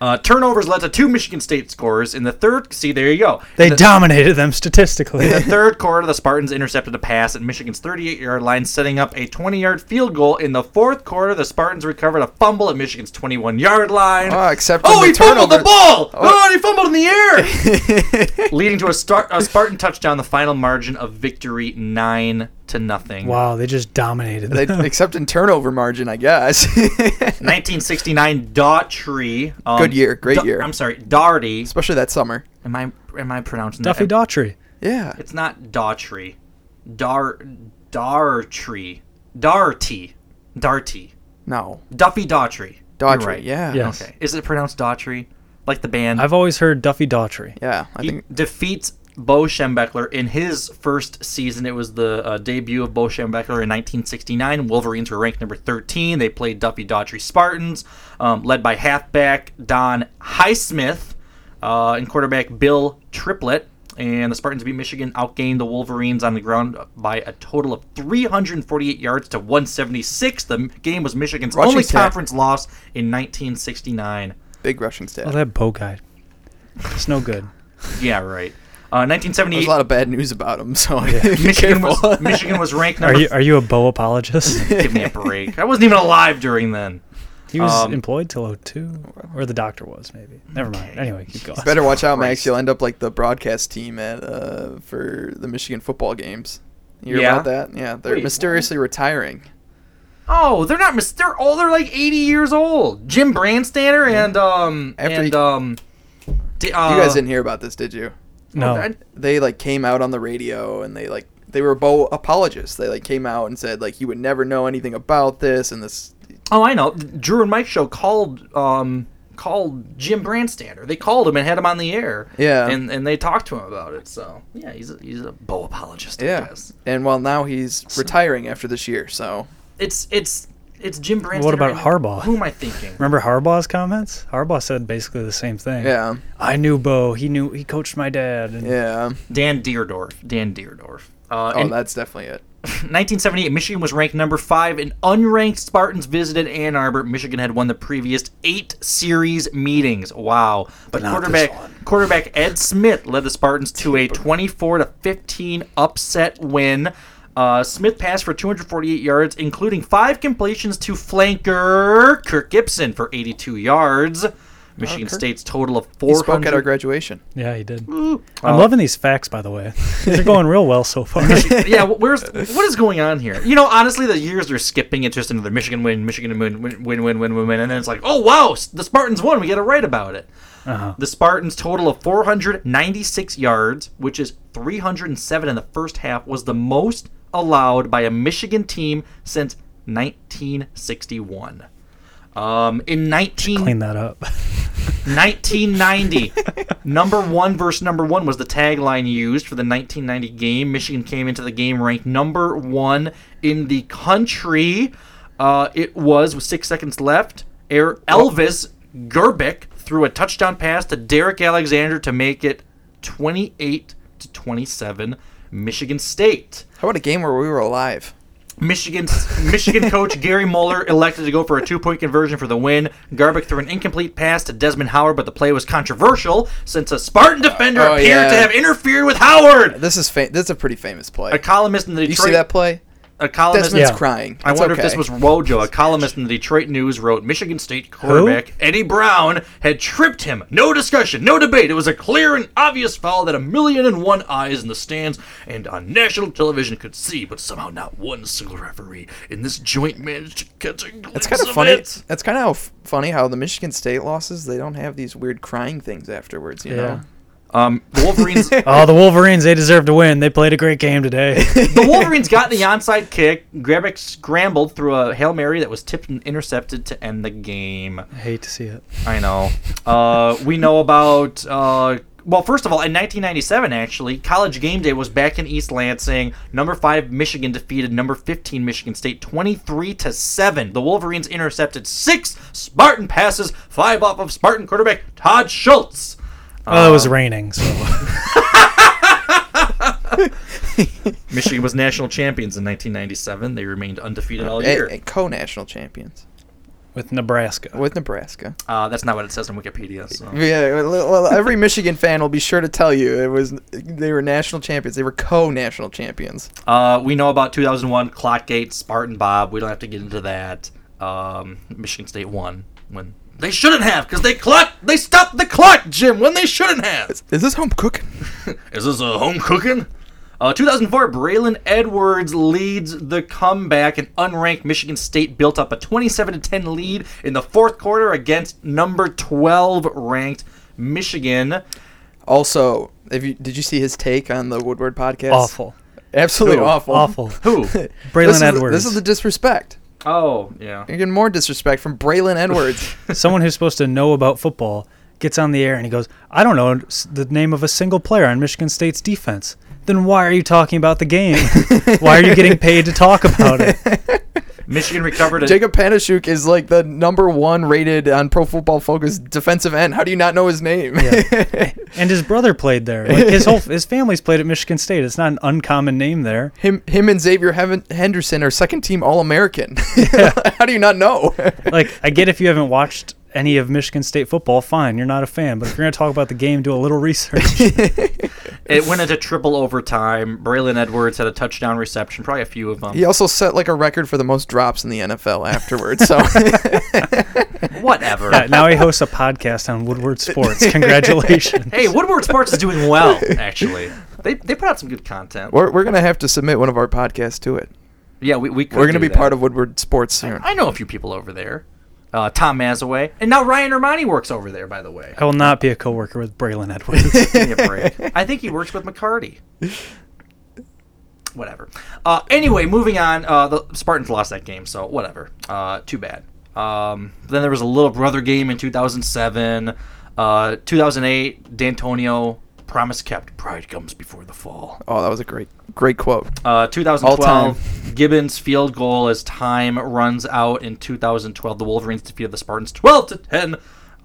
A: Uh, turnovers led to two Michigan State scores in the third. See, there you go.
C: They
A: In the-
C: dominated them statistically.
A: In the third quarter, the Spartans intercepted a pass at Michigan's 38 yard line, setting up a 20 yard field goal. In the fourth quarter, the Spartans recovered a fumble at Michigan's 21 yard line.
B: Oh, except
A: Oh,
B: for the
A: he fumbled the
B: turnovers.
A: ball! Oh, and he fumbled in the air! Leading to a, star- a Spartan touchdown, the final margin of victory 9 to nothing.
C: wow, they just dominated
B: They,
C: them.
B: except in turnover margin, I guess.
A: 1969 Daughtry. um,
B: Good year, great
A: Da-
B: year.
A: um, I'm sorry, Daugherty.
B: Especially that summer.
A: Am I am I pronouncing that-
C: Duffy Daughtry.
B: Yeah.
A: It's not Daughtry. Dar Dartree. Darty. Darty.
B: No.
A: Duffy Daughtry. You're
B: Daughtry,
A: right.
B: yeah. Yes.
A: Okay. Is it pronounced Daughtry? Like the band?
C: I've always heard Duffy Daughtry.
B: Yeah. I
A: he defeats Bo Schembechler in his first season. It was the uh, debut of Bo Schembechler in 1969. Wolverines were ranked number 13. They played Duffy Daughtry Spartans, um, led by halfback Don Highsmith uh, and quarterback Bill Triplett. And the Spartans beat Michigan, outgained the Wolverines on the ground by a total of 348 yards to 176. The game was Michigan's
B: Rushing
A: only
B: stat.
A: conference loss in 1969.
B: Big rushing stat.
C: Oh, that bow guy. It's no good.
A: Yeah, right. Uh, 1978.
B: There's a lot of bad news about him, so be
A: Michigan
B: careful.
A: was, Michigan was ranked
C: Are
A: number.
C: you are you a bow apologist?
A: Give me a break. I wasn't even alive during then.
C: He was
A: Um,
C: employed till 02, or the doctor was maybe. Never mind. Anyway, keep going.
B: Better watch out, Max. You'll end up like the broadcast team at uh, for the Michigan football games. You hear
A: Yeah?
B: about that? Yeah, they're
A: Wait,
B: mysteriously retiring.
A: Oh, they're not. Mis- they're all. They're like 80 years old. Jim Brandstatter and um
B: After
A: and
B: he-
A: um. d- uh,
B: you guys didn't hear about this, did you?
C: No.
A: I-
B: They like came out on the radio and they like they were both apologists. They like came out and said like you would never know anything about this and this.
A: Oh, I know. Drew and Mike show called um called Jim Brandstatter. They called him and had him on the air.
B: Yeah.
A: And and they talked to him about it. So yeah, he's a, he's a bow apologist. I
B: Yeah.
A: guess.
B: And well, now he's retiring after this year, so
A: It's it's it's Jim Brandstatter.
C: What about
A: and-
C: Harbaugh?
A: Who am I thinking?
C: Remember Harbaugh's comments? Harbaugh said basically the same thing.
B: Yeah.
C: I knew Bo. He knew he coached my dad. And
B: yeah.
A: Dan Deerdorf. Dan Deerdorf. Uh,
B: Oh,
A: and-
B: that's definitely it.
A: 1978, Michigan was ranked number five, and unranked Spartans visited Ann Arbor. Michigan had won the previous eight series meetings. Wow! But
B: not
A: quarterback quarterback Ed Smith led the Spartans to a 24 to 15 upset win. Uh, Smith passed for 248 yards, including five completions to flanker Kirk Gibson for 82 yards. Michigan
B: Kirk-
A: State's total of
B: He
A: 400.
B: spoke at our graduation.
C: Yeah, he did.
B: Mm.
A: Ooh.
C: I'm
A: Uh,
C: loving these facts, by the way. These are going real well so far.
A: yeah, wh- where's what is going on here? You know, honestly, the years are skipping. It's just another Michigan win, Michigan win, win, win, win, win, win, win, and then it's like, oh wow, s- the Spartans won. We got to write about it.
C: Uh-huh.
A: The Spartans' total of 496 yards, which is 307 in the first half, was the most allowed by a Michigan team since 1961. Um, in 19
C: Clean that up.
A: 1990. number one versus number one was the tagline used for the 1990 game. Michigan came into the game ranked number one in the country. Uh, it was with six seconds left. Air Elvis Gerbic threw a touchdown pass to Derek Alexander to make it 28 to 27. Michigan State.
B: How about a game where we were alive?
A: Michigan Michigan coach Gary Muller elected to go for a two-point conversion for the win. Garbick threw an incomplete pass to Desmond Howard, but the play was controversial since a Spartan defender
B: oh,
A: appeared
B: yeah.
A: to have interfered with Howard.
B: This is fa- this is a pretty famous play.
A: A columnist in the
B: you
A: Detroit
B: see that play?
A: a columnist
B: Desmond's Yeah. crying.
A: I
B: It's
A: wonder if
B: okay.
A: this was Wojo, a columnist in the Detroit News wrote Michigan State quarterback Eddie Brown had tripped him. No discussion, no debate. It was a clear and obvious foul that a million and one eyes in the stands and on national television could see, but somehow not one single referee in this joint managed to catch a glimpse
B: That's kind of
A: of
B: funny.
A: it.
B: That's kind of how f- funny how the Michigan State losses they don't have these weird crying things afterwards. You know,
A: Um, the Wolverines
C: Oh, the Wolverines, they deserve to win. They played a great game today.
A: the Wolverines got the onside kick. Grabick scrambled through a Hail Mary that was tipped and intercepted to end the game.
C: I hate to see it.
A: I know. Uh, we know about. Uh, well, first of all, in 1997, actually, College Game Day was back in East Lansing. Number five Michigan defeated number 15 Michigan State 23 to seven. The Wolverines intercepted six Spartan passes, five off of Spartan quarterback Todd Schultz.
C: Oh, it
A: Uh,
C: was raining, so
A: Michigan was national champions in 1997. They remained undefeated all
B: and,
A: year.
B: and co-national champions
C: with Nebraska.
B: with Nebraska.
A: Uh, that's not what it says on Wikipedia. So.
B: Yeah, well, well, every Michigan fan will be sure to tell you it was they were national champions. They were co-national champions.
A: Uh, we know about 2001 Clockgate, Spartan Bob. We don't have to get into that. Um, Michigan State won when they shouldn't have because they clock they stopped the clock, Jim, when they shouldn't have.
B: Is this home cooking?
A: Is this a home cooking? Uh, 2004, Braylon Edwards leads the comeback, and unranked Michigan State built up a 27 10 lead in the fourth quarter against number 12 ranked Michigan.
B: Also, if you did you see his take on the Woodward podcast?
C: Awful.
B: Absolutely
C: Who?
B: awful.
C: Awful. Who?
B: This
C: Braylon
B: is the-
C: Edwards.
B: this is the disrespect.
A: Oh, yeah.
B: You're getting more disrespect from Braylon Edwards.
C: Someone who's supposed to know about football gets on the air and he goes, "I don't know s- the name of a single player on Michigan State's defense." Then why are you talking about the game? why are you getting paid to talk about it?
A: Michigan recovered it.
B: Jacob Panashuk is like the number one rated on Pro Football Focus defensive end. How do you not know his name?
C: And his brother played there. Like his whole his family's played at Michigan State. It's not an uncommon name there.
B: him, him and Xavier Heaven- Henderson are second team All American. How do you not know?
C: like I get if you haven't watched any of Michigan State football, fine, you're not a fan. But if you're gonna talk about the game, do a little research.
A: It went into triple overtime. Braylon Edwards had a touchdown reception, probably a few of them.
B: He also set like a record for the most drops in the NFL afterwards. So
A: Whatever.
C: Yeah, now he hosts a podcast on Woodward Sports. Congratulations.
A: hey, Woodward Sports is doing well, actually. They, they put out some good content.
B: we're, we're gonna have to submit one of our podcasts to it.
A: yeah, we, we could
B: we're gonna
A: do
B: be
A: that.
B: part of Woodward Sports soon.
A: I know a few people over there. Uh, Tom Mazaway. And now Ryan Armani works over there, by the way.
C: I will not be a coworker with Braylon Edwards.
A: Give me a break. I think he works with McCarty. Whatever. Uh, anyway, moving on. Uh, the Spartans lost that game, so whatever. Uh, too bad. Um, then there was a little brother game in 2007. Uh, 2008, D'Antonio, promise kept. Pride comes before the fall.
B: Oh, that was a great great quote.
A: Uh,
B: All
A: 2012, Gibbons field goal as time runs out in 2012. The Wolverines defeated the Spartans 12 to 10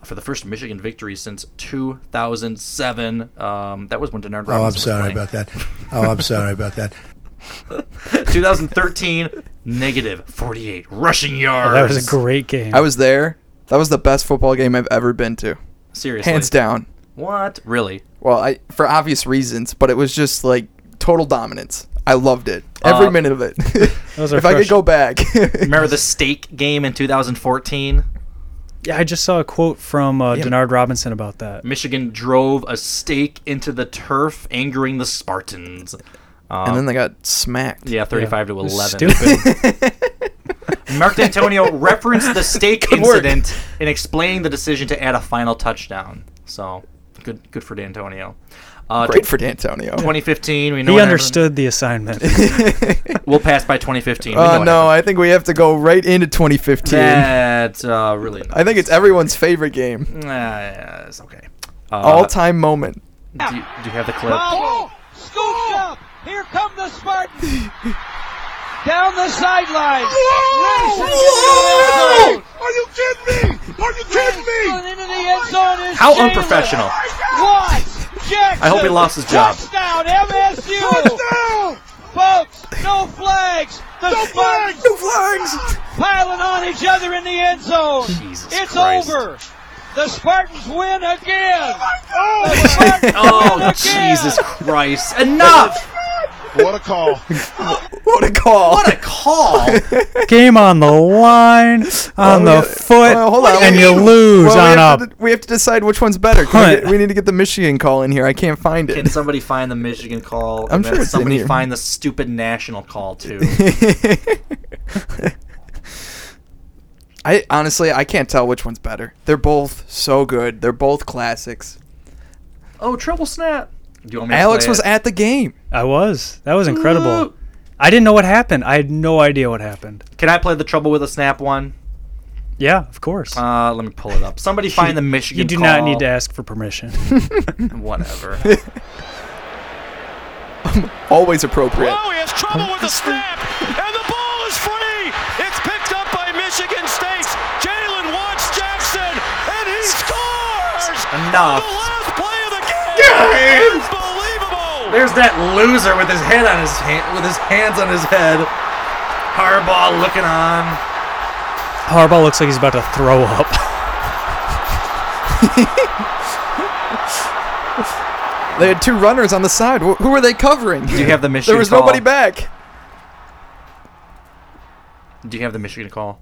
A: for the first Michigan victory since 2007. Um, that was when Denard
Q: Oh, I'm
A: Robinson. was
Q: sorry
A: playing.
Q: about that. Oh, I'm sorry about that.
A: 2013, negative 48 rushing yards.
C: Oh, that was a great game.
B: I was there. That was the best football game I've ever been to.
A: Seriously.
B: hands down.
A: What? Really?
B: Well, I for obvious reasons, but it was just like total dominance. I loved it. Every
A: Uh,
B: minute of it.
C: Those are
B: if I could
C: fresh-
B: go back.
A: Remember the stake game in 2014?
C: Yeah, I just saw a quote from uh, Denard Robinson about that.
A: Michigan drove a stake into the turf, angering the Spartans. Um,
B: and then they got smacked.
A: Yeah, 35 to
C: It was
A: 11.
C: Stupid.
A: Mark D'Antonio referenced the stake
B: Good work.
A: incident in explaining the decision to add a final touchdown. So good, good for D'Antonio. Uh,
B: Great
A: tw-
B: for D'Antonio.
A: 2015. We know
C: he
A: what
C: understood the assignment.
A: happened. We'll pass by 2015. We know
B: Oh
A: what
B: no, I think we have to go right into 2015.
A: happened. That's uh, really.
B: I think it's everyone's favorite game.
A: Nah, yeah, it's okay. Uh,
B: All-time moment.
A: Do you, do you have the clip?
W: Scooped up. Here come the Spartans. Down the sideline.
V: Whoa! Are you kidding me? Are you kidding me?
W: Into the end zone is
A: How
W: Jalen
A: unprofessional.
W: Watts Jackson.
A: I hope he lost his job.
W: Touchdown, MSU. Touchdown. Folks, no flags. The no flags. No flags. Piling on each other in the end zone.
A: Jesus
W: it's
A: Christ.
W: over. The Spartans win again. The Spartans win
A: Oh
W: again.
A: Jesus Christ! Enough!
I: What a call.
B: What a call.
A: What a call!
C: game on the line, on
B: Well,
C: the
B: we-
C: foot,
B: well, Oh, hold on.
C: and
B: We-
C: you lose
B: well, we have
C: on
B: to
C: a.
B: de- we have to decide which one's better. 'cause We,
C: Punt.
B: get- we need to get the Michigan call in here. I can't find
A: Can
B: it.
A: somebody find the Michigan call?
B: I'm
A: and
B: sure
A: then
B: it's in
A: somebody
B: here.
A: find the stupid national call too.
B: I honestly I can't tell which one's better. They're both so good. They're both classics.
A: oh, trouble snap! Do you want me to
B: Alex
A: play
B: was
A: it?
B: at the game.
C: I was. That was
A: Ooh.
C: incredible. I didn't know what happened. I had no idea what happened.
A: Can I play the trouble with a snap one?
C: Yeah, of course.
A: Uh, let me pull it up. Somebody find the Michigan.
C: you do not
A: call.
C: need to ask for permission.
A: Whatever.
B: Always appropriate.
D: Oh, he has trouble with the snap, and the ball is free. It's picked up by Michigan State's Jalen Watts Jackson, and he scores.
A: Enough.
D: The last play of the game. Unbelievable.
A: There's that loser with his head on his hand, with his hands on his head. Harbaugh looking on.
C: Harbaugh looks like he's about to throw up.
B: They had two runners on the side. Wh- Who were they covering?
A: Do you have the Michigan?
B: there was
A: call?
B: nobody back.
A: Do you have the Michigan call?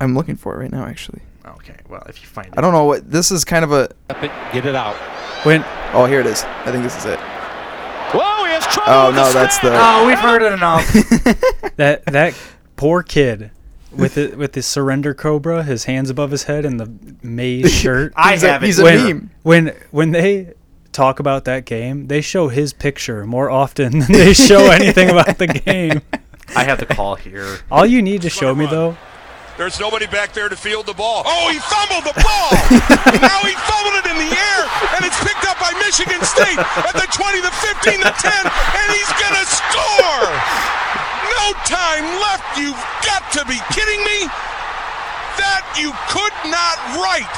B: I'm looking for it right now actually.
A: Okay. Well, if you find it,
B: I don't know what this is kind of a
D: Get it out.
C: When
B: Oh, here it is. I think this is it.
D: Whoa, he has trouble.
B: Oh,
D: with
B: no,
D: the
B: that's
D: snap.
B: the-
A: Oh, we've heard it enough.
C: that that poor kid with it with his surrender cobra, his hands above his head, and the maize shirt.
A: I
B: He's a-
A: have it.
B: he's a
C: when,
B: meme.
C: when when they talk about that game, they show his picture more often than they show anything about the game.
A: I have to call here.
C: All you need to show me though
E: There's nobody back there to field the ball. Oh, he fumbled the ball. now he fumbled it in the air, and it's picked up by Michigan State at the 20, the 15, the 10, and he's going to score. No time left. You've got to be kidding me. That you could not write.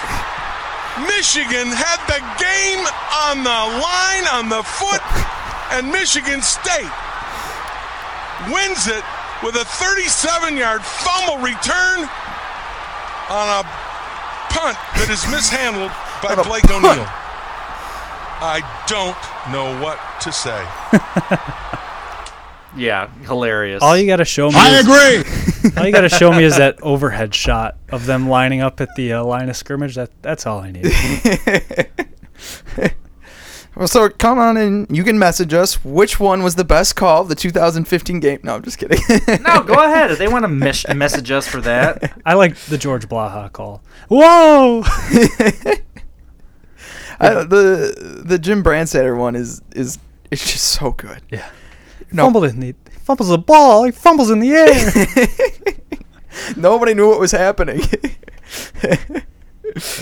E: Michigan had the game on the line, on the foot, and Michigan State wins it with a 37 yard fumble return on a punt that is mishandled by Blake O'Neill. I don't know what to say.
A: Yeah, hilarious.
C: All you got to show me. is- all you got to show me is that overhead shot of them lining up at the uh, line of scrimmage. That that's all I need.
B: Well, so come on and you can message us. Which one was the best call of the 2015 game? No, I'm just kidding.
A: no, go ahead. If they want to mes- message us for that,
C: I like the George Blaha call. Whoa!
B: I, the the Jim Brandstatter one is is it's just so good.
C: Yeah.
B: No.
C: Fumbled in the fumbles the ball. He fumbles in the air.
B: Nobody knew what was happening.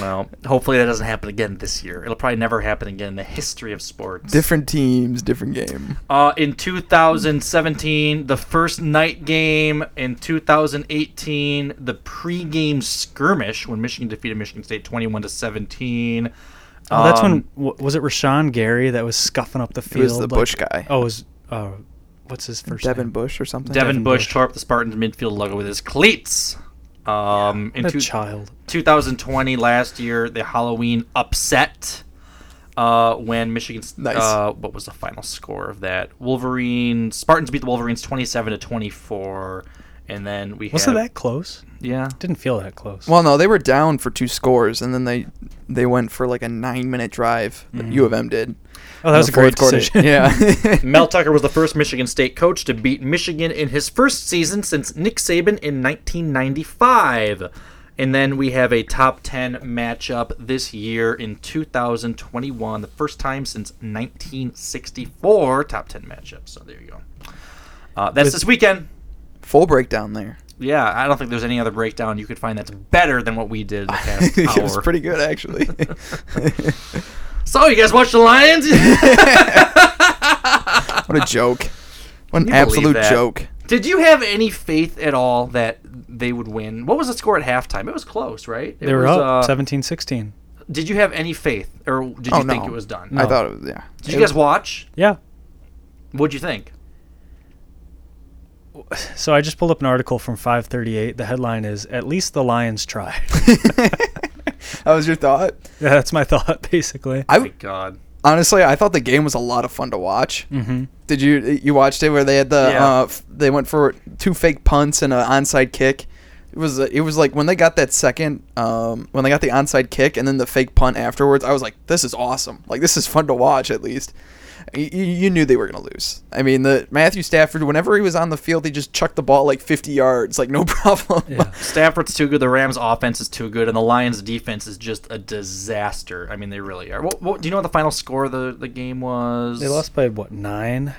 A: well, hopefully that doesn't happen again this year. It'll probably never happen again in the history of sports.
B: different teams, different game.
A: Uh, in 2017, the first night game. In 2018, the pregame skirmish when Michigan defeated Michigan State 21 to 17.
C: Oh, that's
A: Um,
C: when wa- was it Rashawn Gary that was scuffing up the
B: It
C: field?
B: was the Bush guy.
C: Oh, it was uh, what's his first
B: Devin
C: name?
B: Bush or something.
A: Devin, Bush, tore up the Spartans midfield logo with his cleats. Um, in
C: What a child.
A: 2020, last year, the Halloween upset uh, when Michigan.
B: Nice.
A: Uh, what was the final score of that? Wolverine Spartans beat the Wolverines 27 to 24, and then we
C: Was it
A: had-
C: that close?
A: Yeah.
C: Didn't feel that close.
B: Well, no, they were down for two scores, and then they they went for like a nine minute drive. that U of M did.
C: Mm. Oh, that
B: In
C: was
B: the
C: a great
B: fourth quarter.
C: decision.
B: Yeah.
A: Mel Tucker was the first Michigan State coach to beat Michigan in his first season since Nick Saban in 1995. And then we have a top 10 matchup this year in 2021, the first time since 1964 top 10 matchup. So there you go. Uh, that's
B: With-
A: this weekend.
B: Full breakdown there.
A: Yeah, I don't think there's any other breakdown you could find that's better than what we did in the past hour.
B: it was pretty good actually.
A: so you guys watch the Lions?
B: what a joke! What an
A: You believe
B: absolute
A: that.
B: joke.
A: Did you have any faith at all that they would win? What was the score at halftime? It was close, right? It
C: they were
A: was,
C: up
A: uh,
C: 17-16.
A: Did you have any faith, or did you
B: Oh,
A: think
B: no.
A: it was done?
B: I thought it was yeah.
A: Did you guys watch?
C: Yeah.
A: What'd you think?
C: So I just pulled up an article from 538. The headline is "At least the Lions tried."
B: That was your thought.
C: yeah, that's my thought basically.
B: I w-
A: God.
B: honestly, I thought the game was a lot of fun to watch.
A: Mm-hmm.
C: Mhm.
B: Did you you watched it where they had the
C: Yeah.
B: uh, f- they went for two fake punts and an onside kick? It was it was like when they got that second um, when they got the onside kick and then the fake punt afterwards. I was like, this is awesome. Like this is fun to watch at least. Y- You, you knew they were gonna lose. I mean, the Matthew Stafford. Whenever he was on the field, he just chucked the ball like 50 yards, like no problem.
A: Stafford's too good. The Rams' offense is too good, and the Lions' defense is just a disaster. I mean, they really are. What, what, do you know what the final score of the, the game was?
C: They lost by what nine?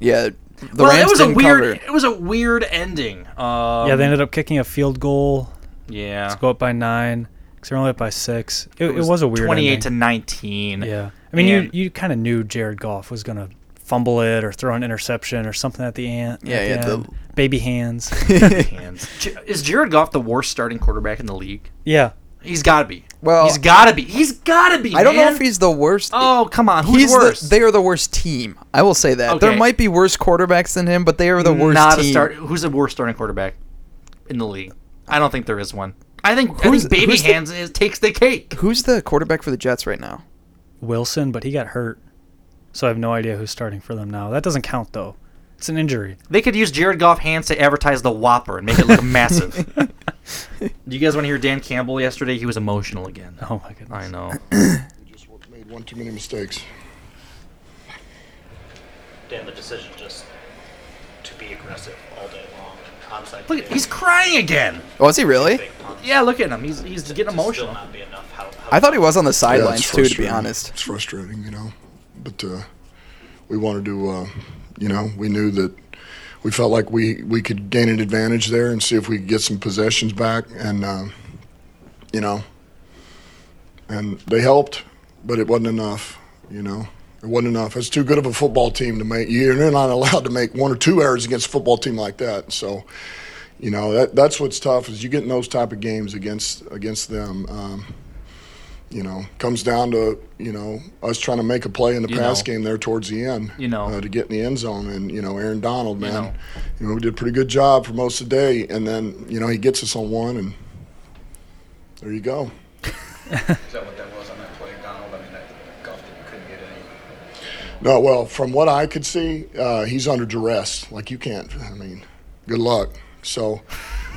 B: Yeah,
C: the
A: well,
C: Rams
A: it was a
C: didn't
A: weird.
C: cover.
A: It was a weird ending. Um, uh.
C: yeah, they ended up kicking a field goal.
A: Yeah.
C: to go up by nine. Cause they're only up by six. It, it, was, a weird
A: twenty-eight
C: ending.
A: to nineteen. Yeah,
C: I mean, you you kind of knew Jared Goff was gonna fumble it or throw an interception or something at the end.
A: Yeah,
C: at
A: yeah, the-
C: end. baby hands.
A: hands. J- Is Jared Goff the worst starting quarterback in the league?
C: Yeah.
A: He's got to be.
B: Well,
A: he's got to be. He's got to be.
B: I don't know
A: man.
B: if he's the worst.
A: Oh, come on. Who's
B: he's
A: worse?
B: The, they are the worst team. I will say that. There
A: Okay.
B: might be worse quarterbacks than him, but they are the worst
A: Not
B: team.
A: a start. Who's the worst starting quarterback in the league? I don't think there is one. I think, I think Baby
B: who's the-
A: Hands is, takes the cake.
B: Who's the quarterback for the Jets right now?
C: Wilson, but he got hurt, so I have no idea who's starting for them now. That doesn't count though. It's an injury.
A: They could use Jared Goff hands to advertise the Whopper and make it look massive. Do you guys want to hear Dan Campbell yesterday? He was emotional again.
C: Oh my goodness.
A: I know.
F: Made one too many mistakes.
U: Dan, the decision just to be aggressive all day long. Onside
A: Look, at- he's crying again.
B: Oh, is he really?
A: yeah, look at him. He's he's getting emotional.
B: I thought he was on the
F: Yeah, it's
B: sidelines too, to be
F: frustrating.
B: honest.
F: It's frustrating, you know. But uh, we wanted to, uh, you know, we knew that we felt like we, we could gain an advantage there and see if we could get some possessions back. And, uh, you know, and they helped, but it wasn't enough, you know. It wasn't enough. It's too good of a football team to make. You're not allowed to make one or two errors against a football team like that. So, you know, that, that's what's tough is you get in those type of games against against them. Um, you know, comes down to you know us trying to make a play in the
A: You
F: pass
A: know.
F: game there towards the end.
A: You know.
F: uh, to get in the end zone, and you know Aaron Donald,
A: You
F: man, you
A: know.
F: know, we did a pretty good job for most of the day, and then you know he gets us on one, and there you go.
G: that what that was on that play, Donald? I mean, that guff that you couldn't get any.
F: No, Uh, well, from what I could see, uh, he's under duress. Like you can't. I mean, good luck. So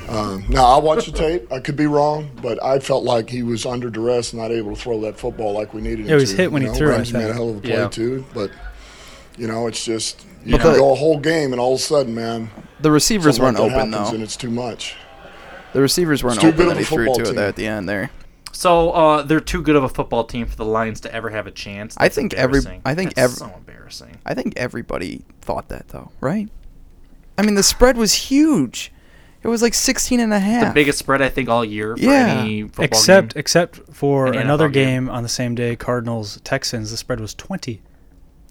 F: um, now I watched the tape. I could be wrong, but I felt like he was under duress, not able to throw that football like we
C: Yeah,
F: needed.
C: he
F: him
C: was
F: to,
C: hit when
F: you
C: he
F: know,
C: threw it, I
F: Ramsey made a
C: think.
F: hell of a play
C: Yeah.
F: too, but you know, it's just you
B: But
F: can
B: the-
F: go a whole game and all of a sudden, man,
B: The receivers
F: something like
B: weren't
F: that
B: open
F: happens
B: though.
F: And it's too much.
B: The receivers weren't
F: It's too
B: open
F: good
B: that
F: of a
B: he threw
F: football
B: to it
F: team.
B: there at the end there.
A: So uh, they're too good of a football team for the Lions to ever have a chance.
B: I
A: That's
B: think every
A: embarrassing.
B: I think
A: That's
B: every
A: so embarrassing.
B: I think everybody thought that though, right? I mean, the spread was huge. It was like 16 and a half.
A: The biggest spread I think all year for any football
C: except
A: game.
C: except for
A: Any
C: another
A: NFL game.
C: game on the same day, Cardinals Texans. The spread was twenty.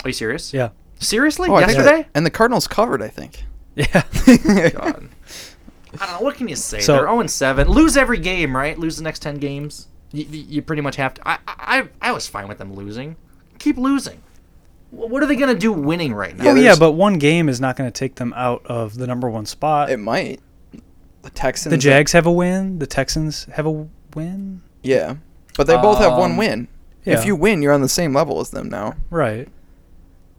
A: Are you serious?
C: Yeah.
A: Seriously?
B: Oh, I think
A: Yesterday?
B: that- and the Cardinals covered, I think.
C: Yeah.
A: God. I don't know. What can you say?
B: So-
A: They're 0 7. Lose every game, right? Lose the next 10 games. You, you you pretty much have to. I, I, I was fine with them losing. Keep losing. Wh- What are they going to do winning right now?
C: oh yeah, but one game is not going to take them out of the number one spot.
B: It might. The Texans.
C: The Jags have a win. The Texans have a win.
B: Yeah. But they both have one
C: Um,
B: win.
C: yeah.
B: If you win, you're on the same level as them now.
C: Right.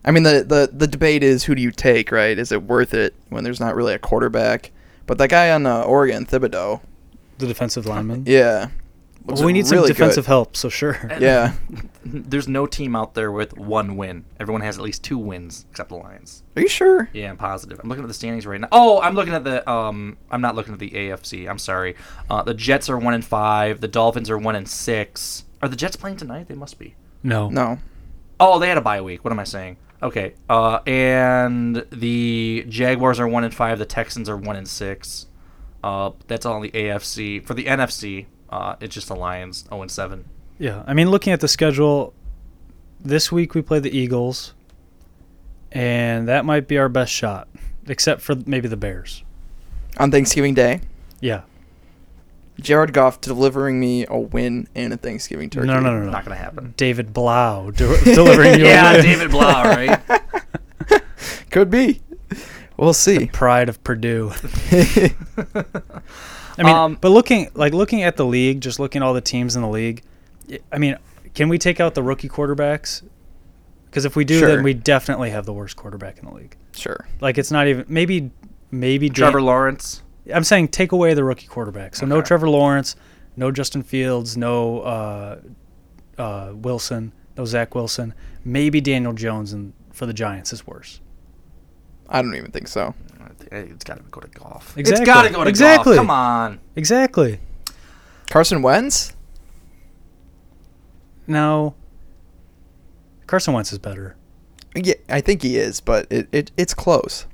B: I mean, the, the, the debate is who do you take, right? Is it worth it when there's not really a quarterback? But that guy on uh, Oregon, Thibodeau,
C: The defensive lineman.
B: yeah.
C: Well,
B: looks
C: we need some
B: really good.
C: defensive help, so sure.
A: And
B: Yeah.
A: There's no team out there with one win. Everyone has at least two wins except the Lions.
B: Are you sure?
A: Yeah, I'm positive. I'm looking at the standings right now. Oh, I'm looking at the um I'm not looking at the AFC. I'm sorry. Uh, the Jets are 1 and 5. The Dolphins are 1 and 6. Are the Jets playing tonight? They must be.
C: No.
B: No.
A: Oh, they had a bye week. What am I saying? Okay. Uh, and the Jaguars are one and five. The Texans are one and six. Uh, that's all in the AFC. For the NFC, uh, it's just the Lions zero and seven.
C: Yeah, I mean, looking at the schedule, this week we play the Eagles, and that might be our best shot, except for maybe the Bears.
B: On Thanksgiving Day,
C: Yeah,
B: Jared Goff delivering me a win and a Thanksgiving turkey.
C: no, no, no, no,
A: Not gonna happen.
C: David Blau de- delivering you. a
A: yeah,
C: win.
A: David Blau, right?
B: Could be. We'll see.
C: pride of Purdue. I mean, but looking like looking at the league, just looking at all the teams in the league, y- I mean, can we take out the rookie quarterbacks? Because if we do,
B: Sure.
C: then we definitely have the worst quarterback in the league.
B: Sure.
C: Like it's not even maybe maybe Dan-
A: Trevor Lawrence.
C: I'm saying take away the rookie quarterback. So no Trevor Lawrence, no Justin Fields, no uh, uh, Wilson, no Zach Wilson. Maybe Daniel Jones and for the Giants is worse.
B: I don't even think so.
A: It's got to go to golf.
C: Exactly.
A: It's got to go to
C: Exactly.
A: golf. Come on.
C: Exactly.
B: Carson Wentz?
C: No. Carson Wentz is better.
B: Yeah, I think he is, but it, it it's close.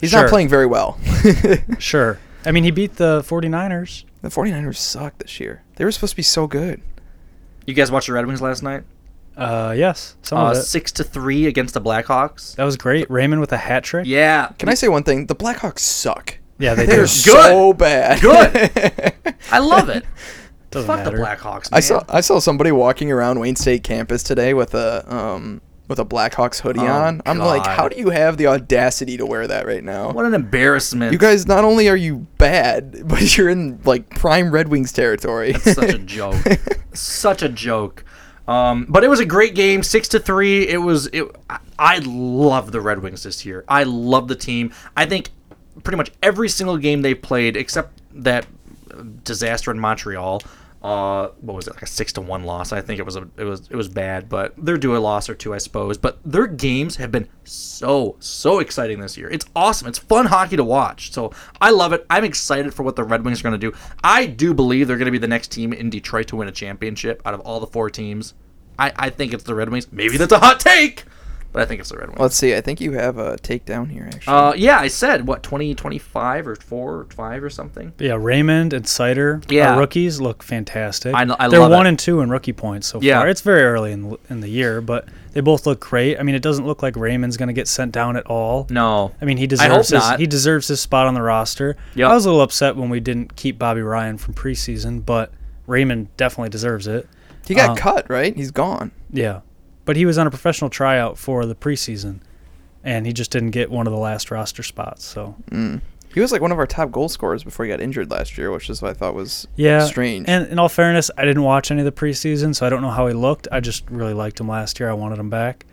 B: He's
C: Sure.
B: not playing very well.
C: Sure. I mean, he beat the 49ers.
B: The 49ers suck this year. They were supposed to be so good.
A: You guys watched the Red Wings last night?
C: Uh, yes. Some
A: Uh,
C: of it.
A: six to three against the Blackhawks.
C: That was great. Raymond with a hat trick.
A: Yeah.
B: Can I say one thing? The Blackhawks suck.
C: Yeah, they
B: They're
C: do.
B: so bad.
A: Good. I love it.
C: Doesn't
A: Fuck
C: matter.
A: the Blackhawks. Man.
B: I saw uh, I saw somebody walking around Wayne State campus today with a um with a Blackhawks hoodie
A: Oh,
B: on. I'm like,
A: God.
B: how do you have the audacity to wear that right now?
A: What an embarrassment.
B: You guys, not only are you bad, but you're in like prime Red Wings territory.
A: That's such a joke. such a joke. Um, but it was a great game, six to three. It was. It, I- I love the Red Wings this year. I love the team. I think pretty much every single game they played, except that disaster in Montreal, Uh, what was it? Like a six to one loss. I think it was a it was it was bad, but they're due a loss or two, I suppose. But their games have been so so exciting this year. It's awesome. It's fun hockey to watch. So I love it. I'm excited for what the Red Wings are going to do. I do believe they're going to be the next team in Detroit to win a championship out of all the four teams. I, I think it's the Red Wings. Maybe that's a hot take, but I think it's the Red Wings.
B: Let's see. I think you have a takedown here, actually.
A: Uh, yeah, I said what 20, 25 or four or five or something.
C: Yeah, Raymond and Cider,
A: Yeah.
C: our rookies, look fantastic.
A: I kn- I
C: They're
A: love
C: one
A: it.
C: and two in rookie points so
A: Yeah.
C: far. It's very early in, the- in the year, but they both look great. I mean, it doesn't look like Raymond's going to get sent down at all.
A: No.
C: I mean he
A: I hope
C: deserves his,
A: not.
C: he deserves his spot on the roster.
A: Yep.
C: I was a little upset when we didn't keep Bobby Ryan from preseason, but Raymond definitely deserves it.
B: He got
A: uh,
C: Um,
B: cut, right? He's gone.
C: Yeah. But he was on a professional tryout for the preseason and he just didn't get one of the last roster spots. So
B: Mm. He was like one of our top goal scorers before he got injured last year, which is what I thought was
C: yeah,
B: strange.
C: And in all fairness, I didn't watch any of the preseason, so I don't know how he looked. I just really liked him last year. I wanted him back.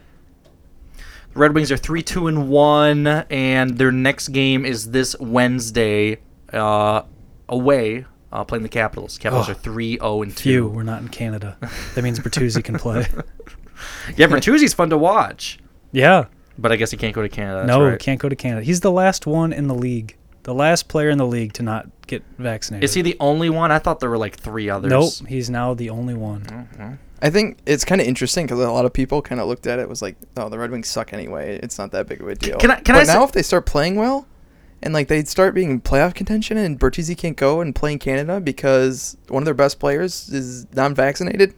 A: The Red Wings are three two and one, and their next game is this Wednesday, uh, away uh, playing the Capitals. Capitals
C: Oh.
A: are three zero and
C: Phew,
A: two.
C: we're not in Canada. That means Bertuzzi can play.
A: Yeah, Bertuzzi's fun to watch,
C: Yeah.
A: but I guess he can't go to Canada. That's
C: no,
A: right.
C: can't go to Canada. He's the last one in the league. The last player in the league to not get vaccinated.
A: Is he the only one? I thought there were like three others.
C: Nope, he's now the only one.
A: Mm.
B: I think it's kind of interesting because a lot of people kind of looked at it was like, oh, the Red Wings suck anyway. It's not that big of a deal.
A: can I- can
B: but
A: I say-
B: now if they start playing well, and like they start being in playoff contention, and Bertuzzi can't go and play in Canada because one of their best players is non-vaccinated,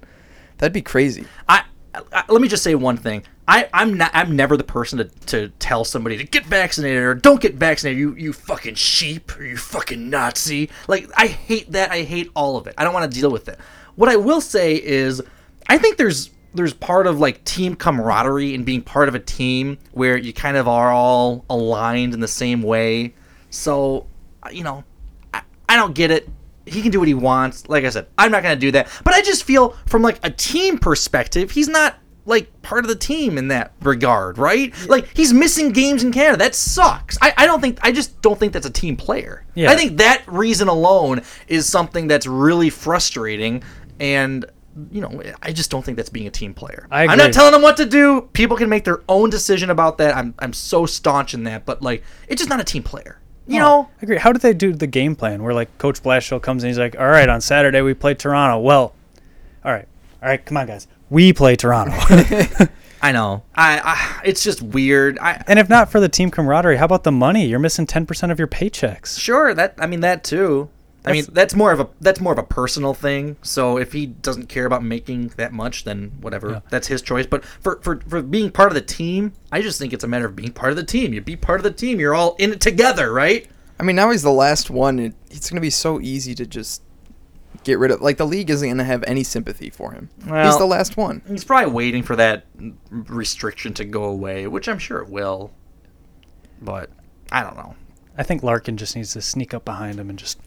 B: that'd be crazy.
A: I, I let me just say one thing. I, I'm not. I'm never the person to, to tell somebody to get vaccinated or don't get vaccinated. You you fucking sheep or you fucking Nazi. Like I hate that. I hate all of it. I don't want to deal with it. What I will say is, I think there's there's part of like team camaraderie and being part of a team where you kind of are all aligned in the same way. So, you know, I don't get it. He can do what he wants. Like I said, I'm not going to do that. But I just feel from like a team perspective, he's not like part of the team in that regard, right? Like he's missing games in Canada. That sucks. I, I don't think I just don't think that's a team player.
C: Yeah.
A: I think that reason alone is something that's really frustrating and you know, I just don't think that's being a team player.
C: I
A: I'm not
C: agree.
A: telling them what to do. People can make their own decision about that. I'm I'm so staunch in that, but like it's just not a team player. You
C: No,
A: know,
C: Oh, I agree. How did they do the game plan? Where like Coach Blashill comes in, he's like, "All right, on Saturday we play Toronto." Well, all right, all right, come on, guys, we play Toronto.
A: I know. I, I it's just weird. I
C: and if not for the team camaraderie, how about the money? You're missing ten percent of your paychecks.
A: Sure, that I mean that too. I mean
C: That's-
A: that's more of a that's more of a personal thing. So if he doesn't care about making that much, then whatever,
C: Yeah.
A: that's his choice. But for, for for being part of the team, I just think it's a matter of being part of the team. You be part of the team. You're all in it together, right?
B: I mean, now he's the last one. And it's going to be so easy to just get rid of. Like the league isn't going to have any sympathy for him. he's
A: Well-
B: the last one.
A: He's probably waiting for that restriction to go away, which I'm sure it will. But I don't know.
C: I think Larkin just needs to sneak up behind him and just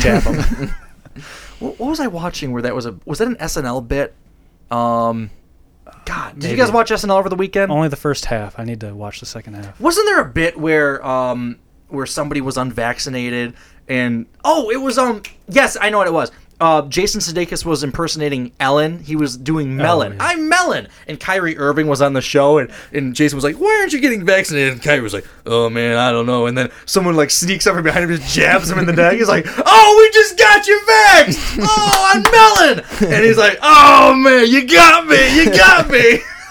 C: jab him.
A: What, what was I watching where that was a was that an SNL bit? Um, God, did you guys
C: Maybe.
A: watch SNL over the weekend?
C: Only the first half. I need to watch the second half.
A: Wasn't there a bit where um where somebody was unvaccinated and oh it was um yes I know what it was. Uh, Jason Sudeikis was impersonating Ellen. He was doing Melon. I'm Melon. And Kyrie Irving was on the show, and, and Jason was like, "Why aren't you getting vaccinated?" And Kyrie was like, "Oh man, I don't know." And then someone like sneaks up from behind him, and just jabs him in the neck. He's like, "Oh, we just got you vaxxed. Oh, I'm Melon." And he's like, "Oh man, you got me. You got me."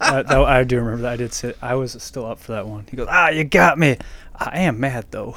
C: I, that, I do remember that. I did sit. I was still up for that one. He goes, "Ah, you got me." I am mad though.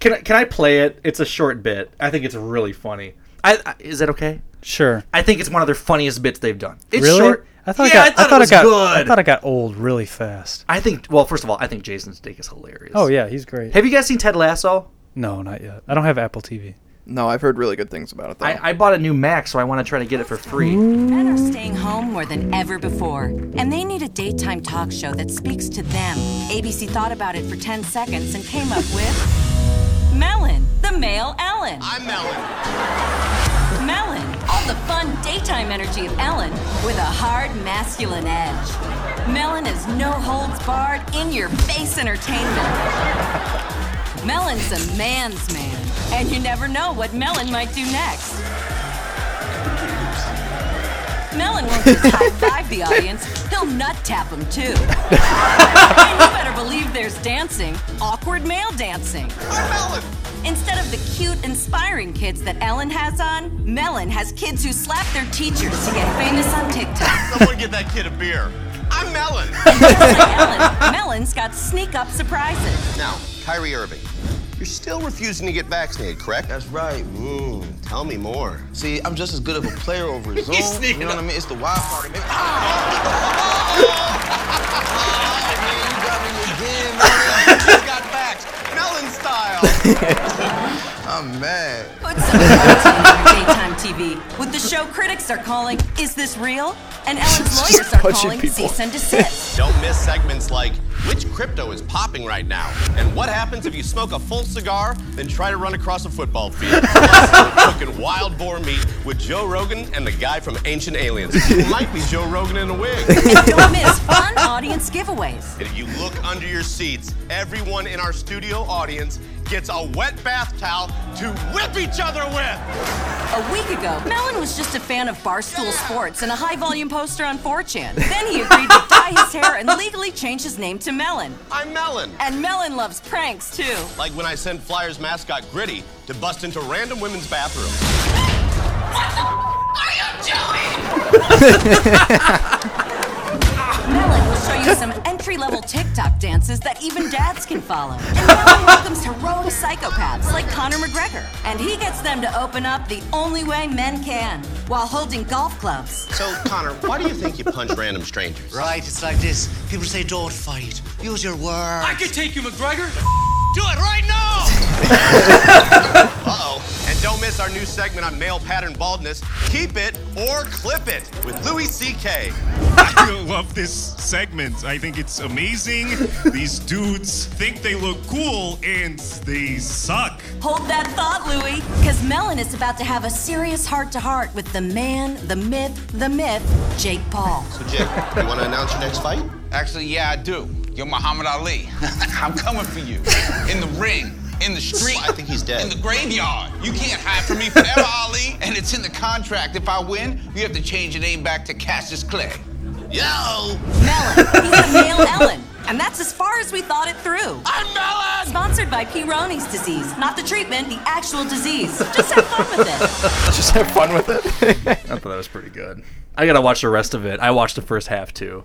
A: Can I, can I play it? It's a short bit. I think it's really funny. I, I is that okay?
C: sure.
A: I think it's one of their funniest bits they've done. It's
C: really?
A: short.
C: I thought
A: yeah,
C: it got, I thought
A: it
C: it,
A: was
C: got
A: good.
C: I thought it got old really fast.
A: I think. Well, first of all, I think Jason Sudeikis is hilarious.
C: Oh yeah, he's great.
A: Have you guys seen Ted Lasso?
C: No, not yet. I don't have Apple TV.
B: No, I've heard really good things about it. Though.
A: I, I bought a new Mac, so I want to try to get it for free.
K: Men are staying home more than ever before, and they need a daytime talk show that speaks to them. ABC thought about it for 10 seconds and came up with Melon, the male Ellen. I'm Melon. Melon, all the fun daytime energy of Ellen with a hard masculine edge. Melon is no holds barred, in your face entertainment. Melon's a man's man, and you never know what Melon might do next. Melon won't just high five the audience, he'll nut tap them too. and you better believe there's dancing, awkward male dancing. Instead of the cute, inspiring kids that Ellen has on, Melon has kids who slap their teachers to get famous on TikTok.
T: Someone get that kid a beer. I'm Melon.
K: Ellen, Melon's got sneak up surprises.
T: Now, Kyrie Irving, you're still refusing to get vaccinated, correct? That's right. Mmm, tell me more. See, I'm just as good of a player over
W: He's
T: Zoom. you
W: sneaking
T: know what I mean? It's the wild part of Ah, it. I'm mad.
K: Put some thoughts into your daytime TV. What the show critics are calling, is this real? And Ellen's lawyers are
T: punching
K: calling,
T: people.
K: cease and desist.
T: Don't miss segments like which crypto is popping right now, and what happens if you smoke a full cigar then try to run across a football field. Plus, cooking wild boar meat with Joe Rogan and the guy from Ancient Aliens, who might be Joe Rogan in a wig.
K: Don't miss fun audience giveaways.
T: And if you look under your seats, everyone in our studio audience gets a wet bath towel to whip each other with.
K: A week ago, Mellon was just a fan of Barstool Sports and a high volume poster on 4chan. Then he agreed to dye his hair and legally change his name to Mellon.
T: I'm Mellon.
K: And Mellon loves pranks, too.
T: Like when I send Flyers mascot Gritty to bust into random women's bathrooms.
K: Mellon will show you some entry level TikTok dances that even dads can follow. And Mellon welcomes heroic psychopaths like Conor McGregor. And he gets them to open up the only way men can while holding golf clubs.
T: So, Connor, why do you think you punch random strangers?
H: Right, it's like this. People say don't fight. Use your words. I could take you, McGregor.
T: Do it right now! Uh-oh. And don't miss our new segment on male pattern baldness. Keep it or clip it with Louis C.K.
J: I love this segment. I think it's amazing. These dudes think they look cool and they suck.
K: Hold that thought, Louie, because Mellon is about to have a serious heart to heart with the man, the myth, the myth, Jake Paul.
T: So, Jake, you want to announce your next fight?
L: Actually, yeah, I do. You're Muhammad Ali. I'm coming for you. In the ring, in the street. I think he's dead. In the graveyard. You can't hide from me forever, Ali. And it's in the contract. If I win, you have to change your name back to Cassius Clay. Yo!
K: He's a male Ellen, and that's as far as we thought it through. I'm Ellen! Sponsored by Peyronie's disease, not the treatment, the actual disease. Just have fun with it.
A: Just have fun with it. I thought that was pretty good. I gotta watch the rest of it. I watched the first half too,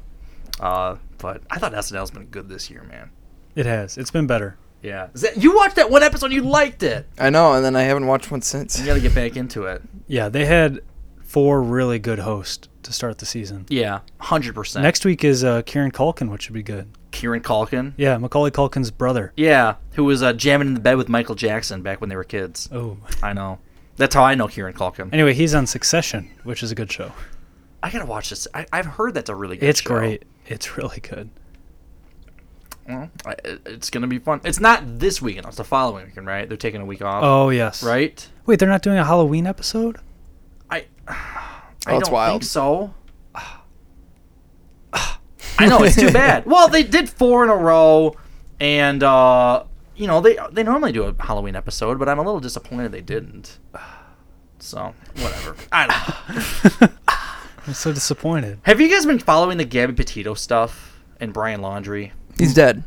A: uh, but I thought SNL's been good this year, man.
C: It has. It's been better.
A: Yeah, Is that- you watched that one episode, you liked it.
B: I know, and then I haven't watched one since.
A: You gotta get back into it.
C: Yeah, they had four really good hosts to start the season.
A: Yeah, hundred percent.
C: Next week is uh, Kieran Culkin, which should be good.
A: Kieran Culkin.
C: Yeah, Macaulay Culkin's brother.
A: Yeah, who was uh, jamming in the bed with Michael Jackson back when they were kids.
C: Oh.
A: I know. That's how I know Kieran Culkin.
C: Anyway, he's on Succession, which is a good show.
A: I gotta watch this. I, I've heard that's a really good.
C: it's
A: show.
C: great. It's really good.
A: Well, I, it- it's gonna be fun. It's not this weekend. It's the following weekend, right? They're taking a week off.
C: Oh yes.
A: Right.
C: Wait, they're not doing a Halloween episode?
A: I
C: Oh,
A: don't
C: it's
A: think
C: wild.
A: so. I know it's too bad. Well, they did four in a row, and uh, you know they they normally do a Halloween episode, but I'm a little disappointed they didn't. So whatever. I don't. know.
C: I'm so disappointed.
A: Have you guys been following the Gabby Petito stuff and Brian Laundry?
B: He's dead.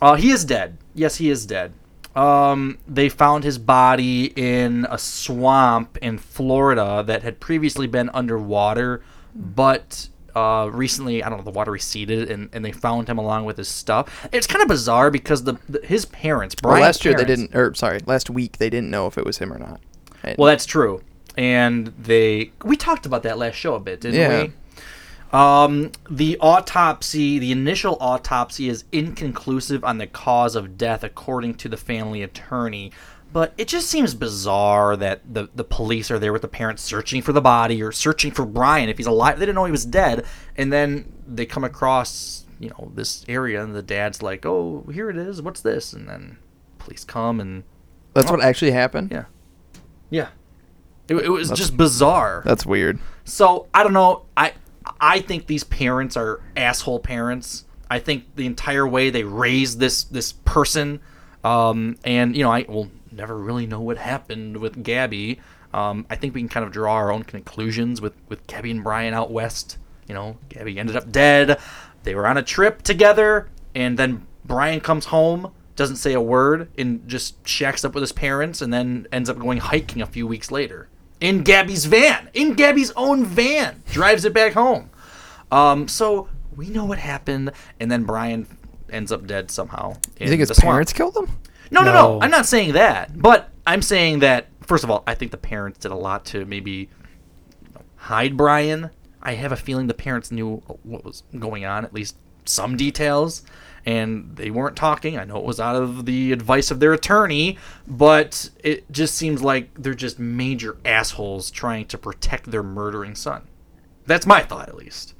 A: Uh, he is dead. Yes, he is dead. Um, they found his body in a swamp in Florida that had previously been underwater, but uh, recently, I don't know, the water receded and, and they found him along with his stuff. It's kind of bizarre because the, the his parents,
B: Well,
A: Brian.
B: last year they didn't, or sorry, last week they didn't know if it was him or not. I-
A: Well, that's true. And they we talked about that last show a bit, didn't
B: Yeah.
A: we? Um, the autopsy, the initial autopsy is inconclusive on the cause of death according to the family attorney. But it just seems bizarre that the, the police are there with the parents searching for the body or searching for Brian if he's alive. They didn't know he was dead. And then they come across, you know, this area and the dad's like, "Oh, here it is. What's this?" And then police come and
B: that's what actually happened.
A: Yeah. yeah. It, it was
B: That's-
A: just bizarre.
B: That's weird.
A: So I don't know. I I think these parents are asshole parents. I think the entire way they raised this this person Um, and you know, I will never really know what happened with Gabby. Um, I think we can kind of draw our own conclusions with with Gabby and Brian out west. You know, Gabby ended up dead. They were on a trip together, and then Brian comes home, doesn't say a word, and just shacks up with his parents, and then ends up going hiking a few weeks later in Gabby's van, in Gabby's own van, drives it back home. Um, so we know what happened, and then Brian ends up dead somehow.
B: You
A: in
B: think
A: the
B: his
A: swamp.
B: parents killed him?
A: No, no, no,
B: No.
A: I'm not saying that. But I'm saying that first of all, I think the parents did a lot to maybe hide Brian. I have a feeling the parents knew what was going on, at least some details, and they weren't talking. I know it was out of the advice of their attorney, but it just seems like they're just major assholes trying to protect their murdering son. That's my thought, at least.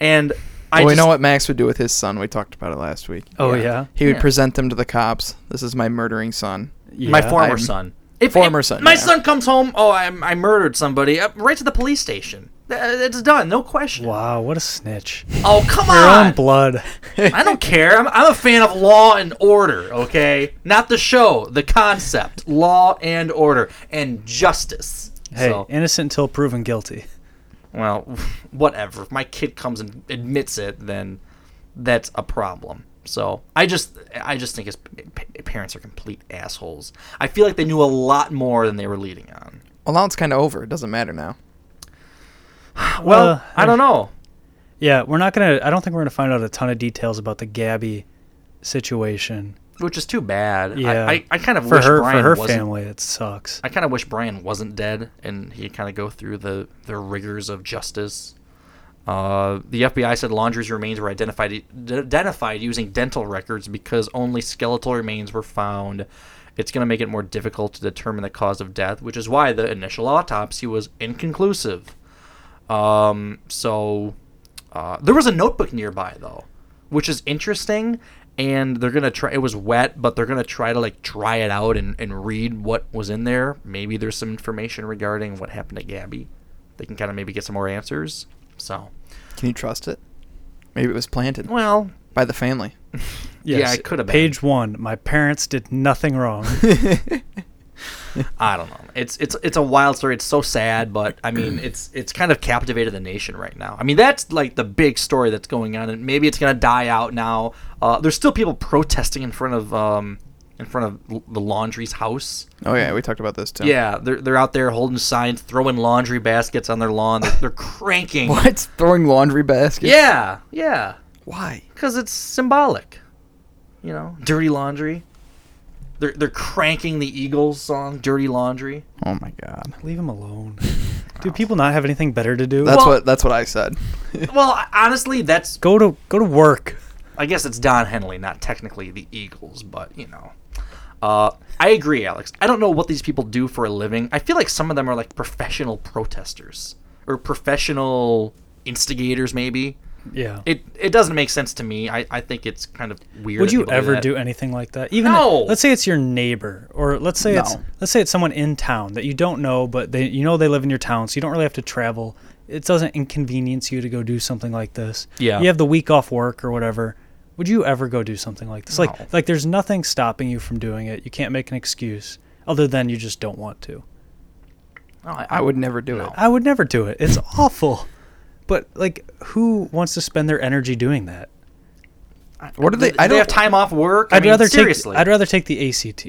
A: And I
B: well, we
A: just,
B: know what Max would do with his son. We talked about it last week.
A: Oh, yeah?
B: He would
A: Yeah.
B: present them to the cops. This is my murdering son.
A: My former son. If-
B: former
A: if
B: son.
A: My
B: yeah.
A: son comes home. Oh, I, I murdered somebody. Uh, right to the police station. Th- It's done. No question.
C: Wow, what a snitch.
A: Oh, come
C: Your
A: on.
C: own blood.
A: I don't care. I'm, I'm a fan of law and order, okay? Not the show, the concept. Law and order and justice.
C: Hey,
A: So,
C: innocent until proven guilty.
A: well, whatever. If my kid comes and admits it, then that's a problem. So I just, I just think his p- p- parents are complete assholes. I feel like they knew a lot more than they were leading on.
B: Well, now it's kind of over. It doesn't matter now.
A: Well, I don't know.
C: Yeah, we're not gonna. I don't think we're gonna find out a ton of details about the Gabby situation.
A: which is too bad.
C: Yeah.
A: I, I, I kind of
C: For
A: wish
C: her- for
A: Brian
C: her
A: wasn't-
C: family, it sucks.
A: I kind of wish Brian wasn't dead and he kind of go through the the rigors of justice. Uh, the FBI said Laundrie's remains were identified identified using dental records because only skeletal remains were found. It's going to make it more difficult to determine the cause of death, which is why the initial autopsy was inconclusive. Um, so uh, there was a notebook nearby though, which is interesting. And they're gonna try. It was wet, but they're gonna try to like dry it out and, and read what was in there. Maybe there's some information regarding what happened to Gabby. They can kind of maybe get some more answers. So
B: Can you trust it? Maybe it was planted.
A: Well,
B: by the family.
A: Yeah, it could have been.
C: Page one. My parents did nothing wrong.
A: I don't know. It's it's it's a wild story. It's so sad, but I mean, it's it's kind of captivated the nation right now. I mean, that's like the big story that's going on, and maybe it's gonna die out now. Uh, there's still people protesting in front of um, in front of l- the laundry's house.
B: Oh yeah, we talked about this too.
A: Yeah, they're they're out there holding signs, throwing laundry baskets on their lawn. They're, they're cranking.
B: What? Throwing laundry baskets?
A: Yeah, yeah.
B: Why?
A: Because it's symbolic. You know, dirty laundry. They're they're cranking the Eagles song, "Dirty Laundry."
B: Oh my god.
C: Leave him alone. Do people not have anything better to do?
A: That's Well- what-
B: that's what I said.
A: well, I- honestly, that's
C: go to go to work.
A: I guess it's Don Henley, not technically the Eagles, but you know. Uh, I agree, Alex. I don't know what these people do for a living. I feel like some of them are like professional protesters or professional instigators, maybe.
C: Yeah.
A: It it doesn't make sense to me. I, I think it's kind of weird.
C: Would
A: that
C: you
A: people do
C: ever
A: that.
C: do, anything like that? Even
A: No.
C: let's say it's your neighbor, or let's say it's
A: No.
C: let's say it's someone in town that you don't know, but they you know they live in your town, so you don't really have to travel. It doesn't inconvenience you to go do something like this.
A: Yeah.
C: you have the week off work or whatever. Would you ever go do something like this? Like like there's nothing stopping you from doing it. You can't make an excuse other than you just don't want to.
A: No, I,
B: I would never do it.
C: I would never do it. It's awful. But like, who wants to spend their energy doing that?
B: What do they-
A: Do I they don't- have time off work? I
C: I'd
A: mean,
C: rather
A: seriously.
C: take. I'd rather take the ACT.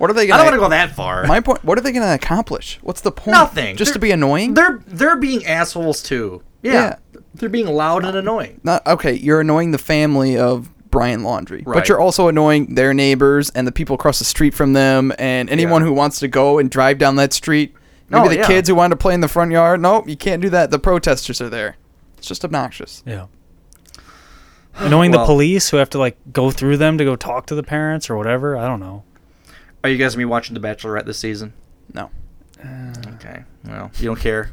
B: What are they? Gonna,
A: I don't wanna go that far.
B: My point. What are they going to accomplish? What's the point?
A: Nothing.
B: Just to
A: They're-
B: be annoying.
A: They're they're being assholes too. Yeah. They're being loud and annoying.
B: Not okay. You're annoying the family of Brian Laundry,
A: Right.
B: but you're also annoying their neighbors and the people across the street from them, and anyone who wants to go and drive down that street. Maybe
A: Oh,
B: the
A: yeah.
B: kids who want to play in the front yard. Nope, you can't do that. The protesters are there. It's just obnoxious.
C: Yeah. Annoying the
A: Well-
C: police who have to like go through them to go talk to the parents or whatever. I don't know.
A: Are you guys gonna be watching The Bachelorette this season?
B: No.
A: okay. Well, you don't care.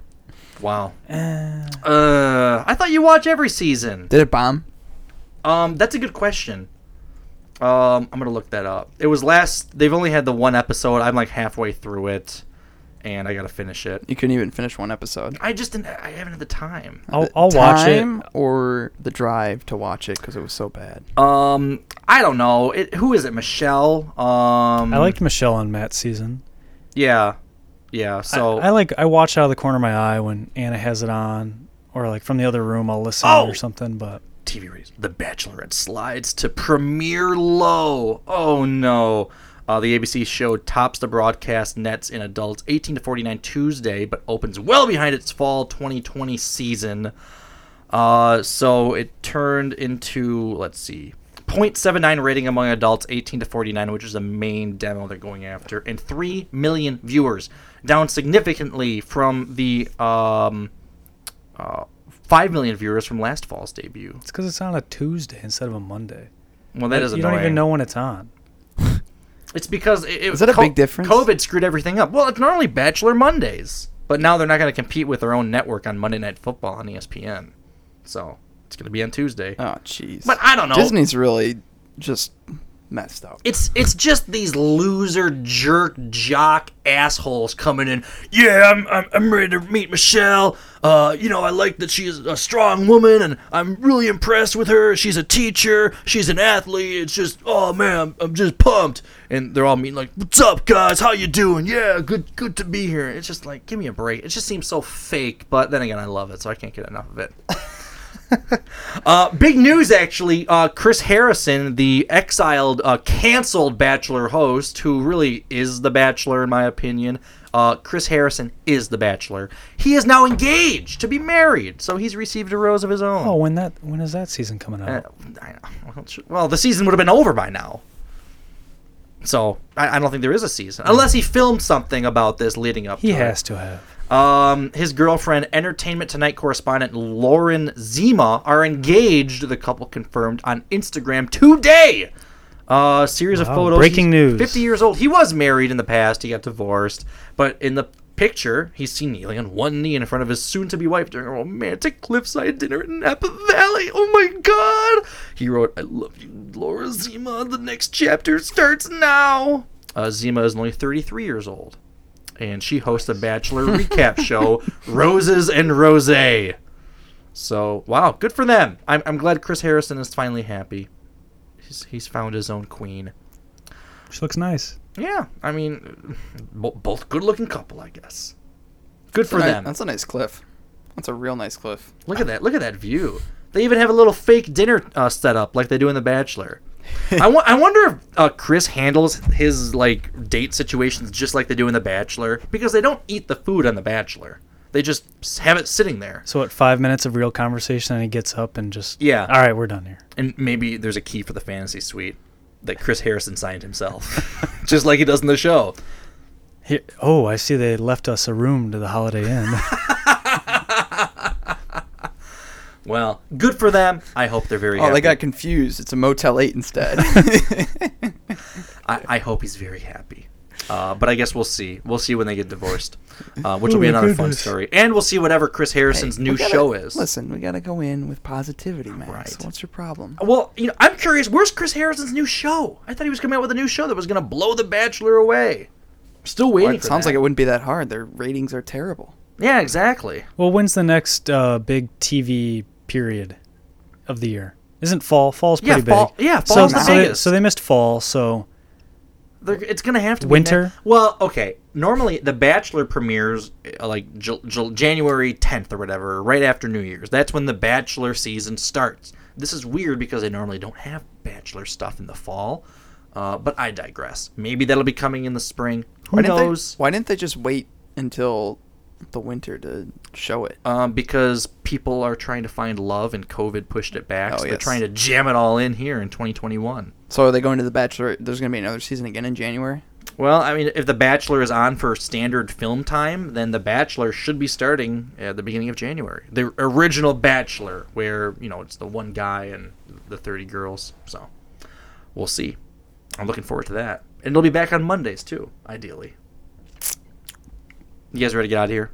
A: Wow.
C: Uh,
A: I thought you watch every season.
B: Did it bomb?
A: Um, that's a good question. Um, I'm gonna look that up. It was last. They've only had the one episode. I'm like halfway through it, and I gotta finish it.
B: You couldn't even finish one episode.
A: I just didn't. I haven't had the time.
B: The Time or the drive to watch it because it was so bad.
A: Um, I don't know. It, who is it? Michelle. Um,
C: I liked Michelle on Matt's season.
A: Yeah, yeah. So
C: I like I watch out of the corner of my eye when Anna has it on, or like from the other room I'll listen
A: Oh!
C: or something. But
A: TV ratings. The Bachelorette slides to premiere low. Oh no. Uh, the ABC show tops the broadcast nets in adults 18 to 49 Tuesday, but opens well behind its fall 2020 season. Uh, so it turned into, let's see, 0.79 rating among adults 18 to 49, which is the main demo they're going after, and 3 million viewers, down significantly from the um, uh, 5 million viewers from last fall's debut.
C: it's because it's on a Tuesday instead of a Monday.
A: Well, that
C: You-
A: is
C: you don't
A: annoying.
C: even know when it's on.
A: It's because it, it-
C: Is that a big difference?
A: COVID screwed everything up. Well, it's normally Bachelor Mondays, but now they're not going to compete with their own network on Monday Night Football on E ESPN. So it's going to be on Tuesday.
B: Oh, jeez.
A: But I don't know.
B: Disney's really just messed up.
A: It's it's just these loser jerk jock assholes coming in. Yeah, I'm I'm, I'm ready to meet Michelle. Uh, you know, I like that she's a strong woman, and I'm really impressed with her. She's a teacher. She's an athlete. It's just oh man, I'm, I'm just pumped. And they're all meeting like, what's up, guys? How you doing? Yeah, good good to be here. It's just like, give me a break. It just seems so fake. But then again, I love it, so I can't get enough of it. Uh, big news, actually. Uh, Chris Harrison, the exiled, uh, canceled Bachelor host, who really is the Bachelor, in my opinion. Uh, Chris Harrison is the Bachelor. He is now engaged to be married, so he's received a rose of his own.
C: Oh, when that when is that season coming out?
A: Well, sh- Well, the season would have been over by now. So I, I don't think there is a season, unless he filmed something about this leading up.
C: He
A: to
C: has
A: it.
C: to have.
A: Um, his girlfriend, Entertainment Tonight correspondent Lauren Zima, are engaged. The couple confirmed on Instagram today. Uh, series of
C: Wow,
A: photos.
C: breaking
A: He's
C: news.
A: 50 years old. He was married in the past. He got divorced. But in the picture, he's seen kneeling on one knee in front of his soon to be wife during a romantic cliffside dinner in Napa Valley. Oh my God. He wrote, I love you, Laura Zima. The next chapter starts now. Uh, Zima is only 33 years old. And she hosts a Bachelor recap show, Roses and Rose. So, wow, good for them. I'm, I'm glad Chris Harrison is finally happy. He's, he's found his own queen.
C: She looks nice.
A: Yeah, I mean, bo- both good-looking couple, I guess. Good for
B: That's a ni-
A: them.
B: That's a nice cliff. That's a real nice cliff.
A: Look at that! Look at that view. They even have a little fake dinner uh, set up, like they do in The Bachelor. I, wo- I wonder if uh, Chris handles his like date situations just like they do in The Bachelor, because they don't eat the food on The Bachelor. They just s- have it sitting there.
C: So at five minutes of real conversation, and he gets up and just
A: Yeah.
C: All right, we're done here.
A: And maybe there's a key for the fantasy suite that Chris Harrison signed himself, just like he does in the show.
C: Here, oh, I see they left us a room to the Holiday Inn.
A: Well, good for them. I hope they're very
B: oh,
A: happy.
B: they got confused. It's a Motel 8 instead.
A: I, I hope he's very happy. Uh, but I guess we'll see. We'll see when they get divorced, uh, which will be
B: Oh my
A: another fun
B: goodness.
A: story. And we'll see whatever Chris Harrison's
B: Hey,
A: new
B: we gotta-
A: show is.
B: Listen, we gotta go in with positivity, Max. What's your problem?
A: Well, you know, I'm curious. Where's Chris Harrison's new show? I thought he was coming out with a new show that was going to blow The Bachelor away. I'm still waiting.
B: Well, it
A: for
B: sounds
A: that.
B: like it wouldn't be that hard. Their ratings are terrible.
A: Yeah, exactly.
C: well, when's the next uh, big TV period of the year? Isn't fall? Fall's
A: Yeah,
C: pretty
A: fall-
C: big.
A: yeah,
C: so,
A: fall's the
C: so, they,
A: biggest.
C: so they missed fall. So
A: They're, it's gonna have to be
C: Winter?
A: ne- well, okay. Normally, The Bachelor premieres uh, like J- J- January 10th or whatever, right after New Year's. That's when the Bachelor season starts. This is weird because they normally don't have Bachelor stuff in the fall. Uh, but I digress. Maybe that'll be coming in the spring. Who
B: why
A: knows?
B: Didn't they, why didn't they just wait until the winter to show it? Uh,
A: Um, because people are trying to find love, and COVID pushed it back.
B: Oh,
A: so they're
B: yes.
A: trying to jam it all in here in 2021.
B: So are they going to the Bachelor? There's gonna be another season again in January.
A: Well, I mean, if The Bachelor is on for standard film time, then The Bachelor should be starting at the beginning of January. The original Bachelor, where, you know, it's the one guy and the 30 girls. So we'll see. I'm looking forward to that. And it'll be back on Mondays, too, ideally. You guys ready to get out of here?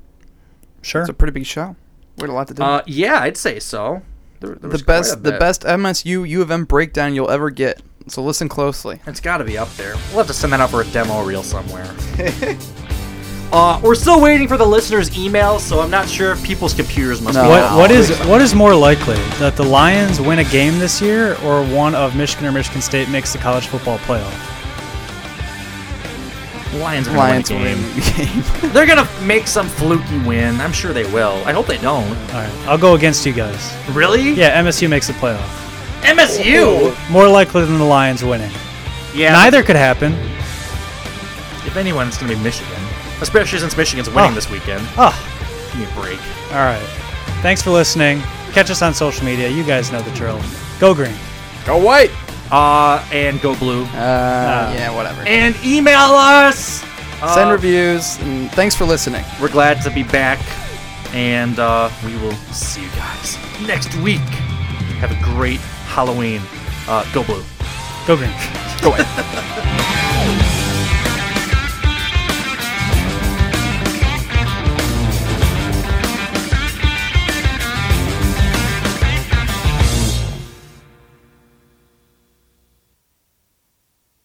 C: Sure.
B: It's a pretty big show. We had a lot to do.
A: Uh, yeah, I'd say so. There- there
B: the
A: was quite a
B: best, the
A: bit.
B: best MSU U of M breakdown you'll ever get. So listen closely.
A: It's got to be up there. We'll have to send that out for a demo reel somewhere. Uh, we're still waiting for the listeners' email, so I'm not sure if people's computers must. be
C: What,
A: down.
C: what is what is more likely that the Lions win a game this year, or one of Michigan or Michigan State makes the college football playoff?
A: Lions? Are gonna
C: Lions
A: win
C: will
A: the game. They're gonna make some fluky win. I'm sure they will. I hope they don't.
C: All right, I'll go against you guys.
A: Really?
C: Yeah, Oh. MSU makes the playoff.
A: MSU.
C: More likely than the Lions winning.
A: Yeah.
C: Neither could happen.
A: If anyone, it's gonna be Michigan, especially since Michigan's winning
C: Oh.
A: this weekend.
C: Oh.
A: Give me a break.
C: All right. Thanks for listening. Catch us on social media. You guys know the drill. Go green.
B: Go white.
A: Uh, and go blue.
B: Ah.
A: Uh,
B: yeah, whatever. Um,
A: And email us.
B: Send
A: Uh,
B: reviews. And thanks for listening.
A: We're glad to be back, and uh, we will see you guys next week. Have a great Halloween. Uh, go blue.
C: Go green.
A: Go white.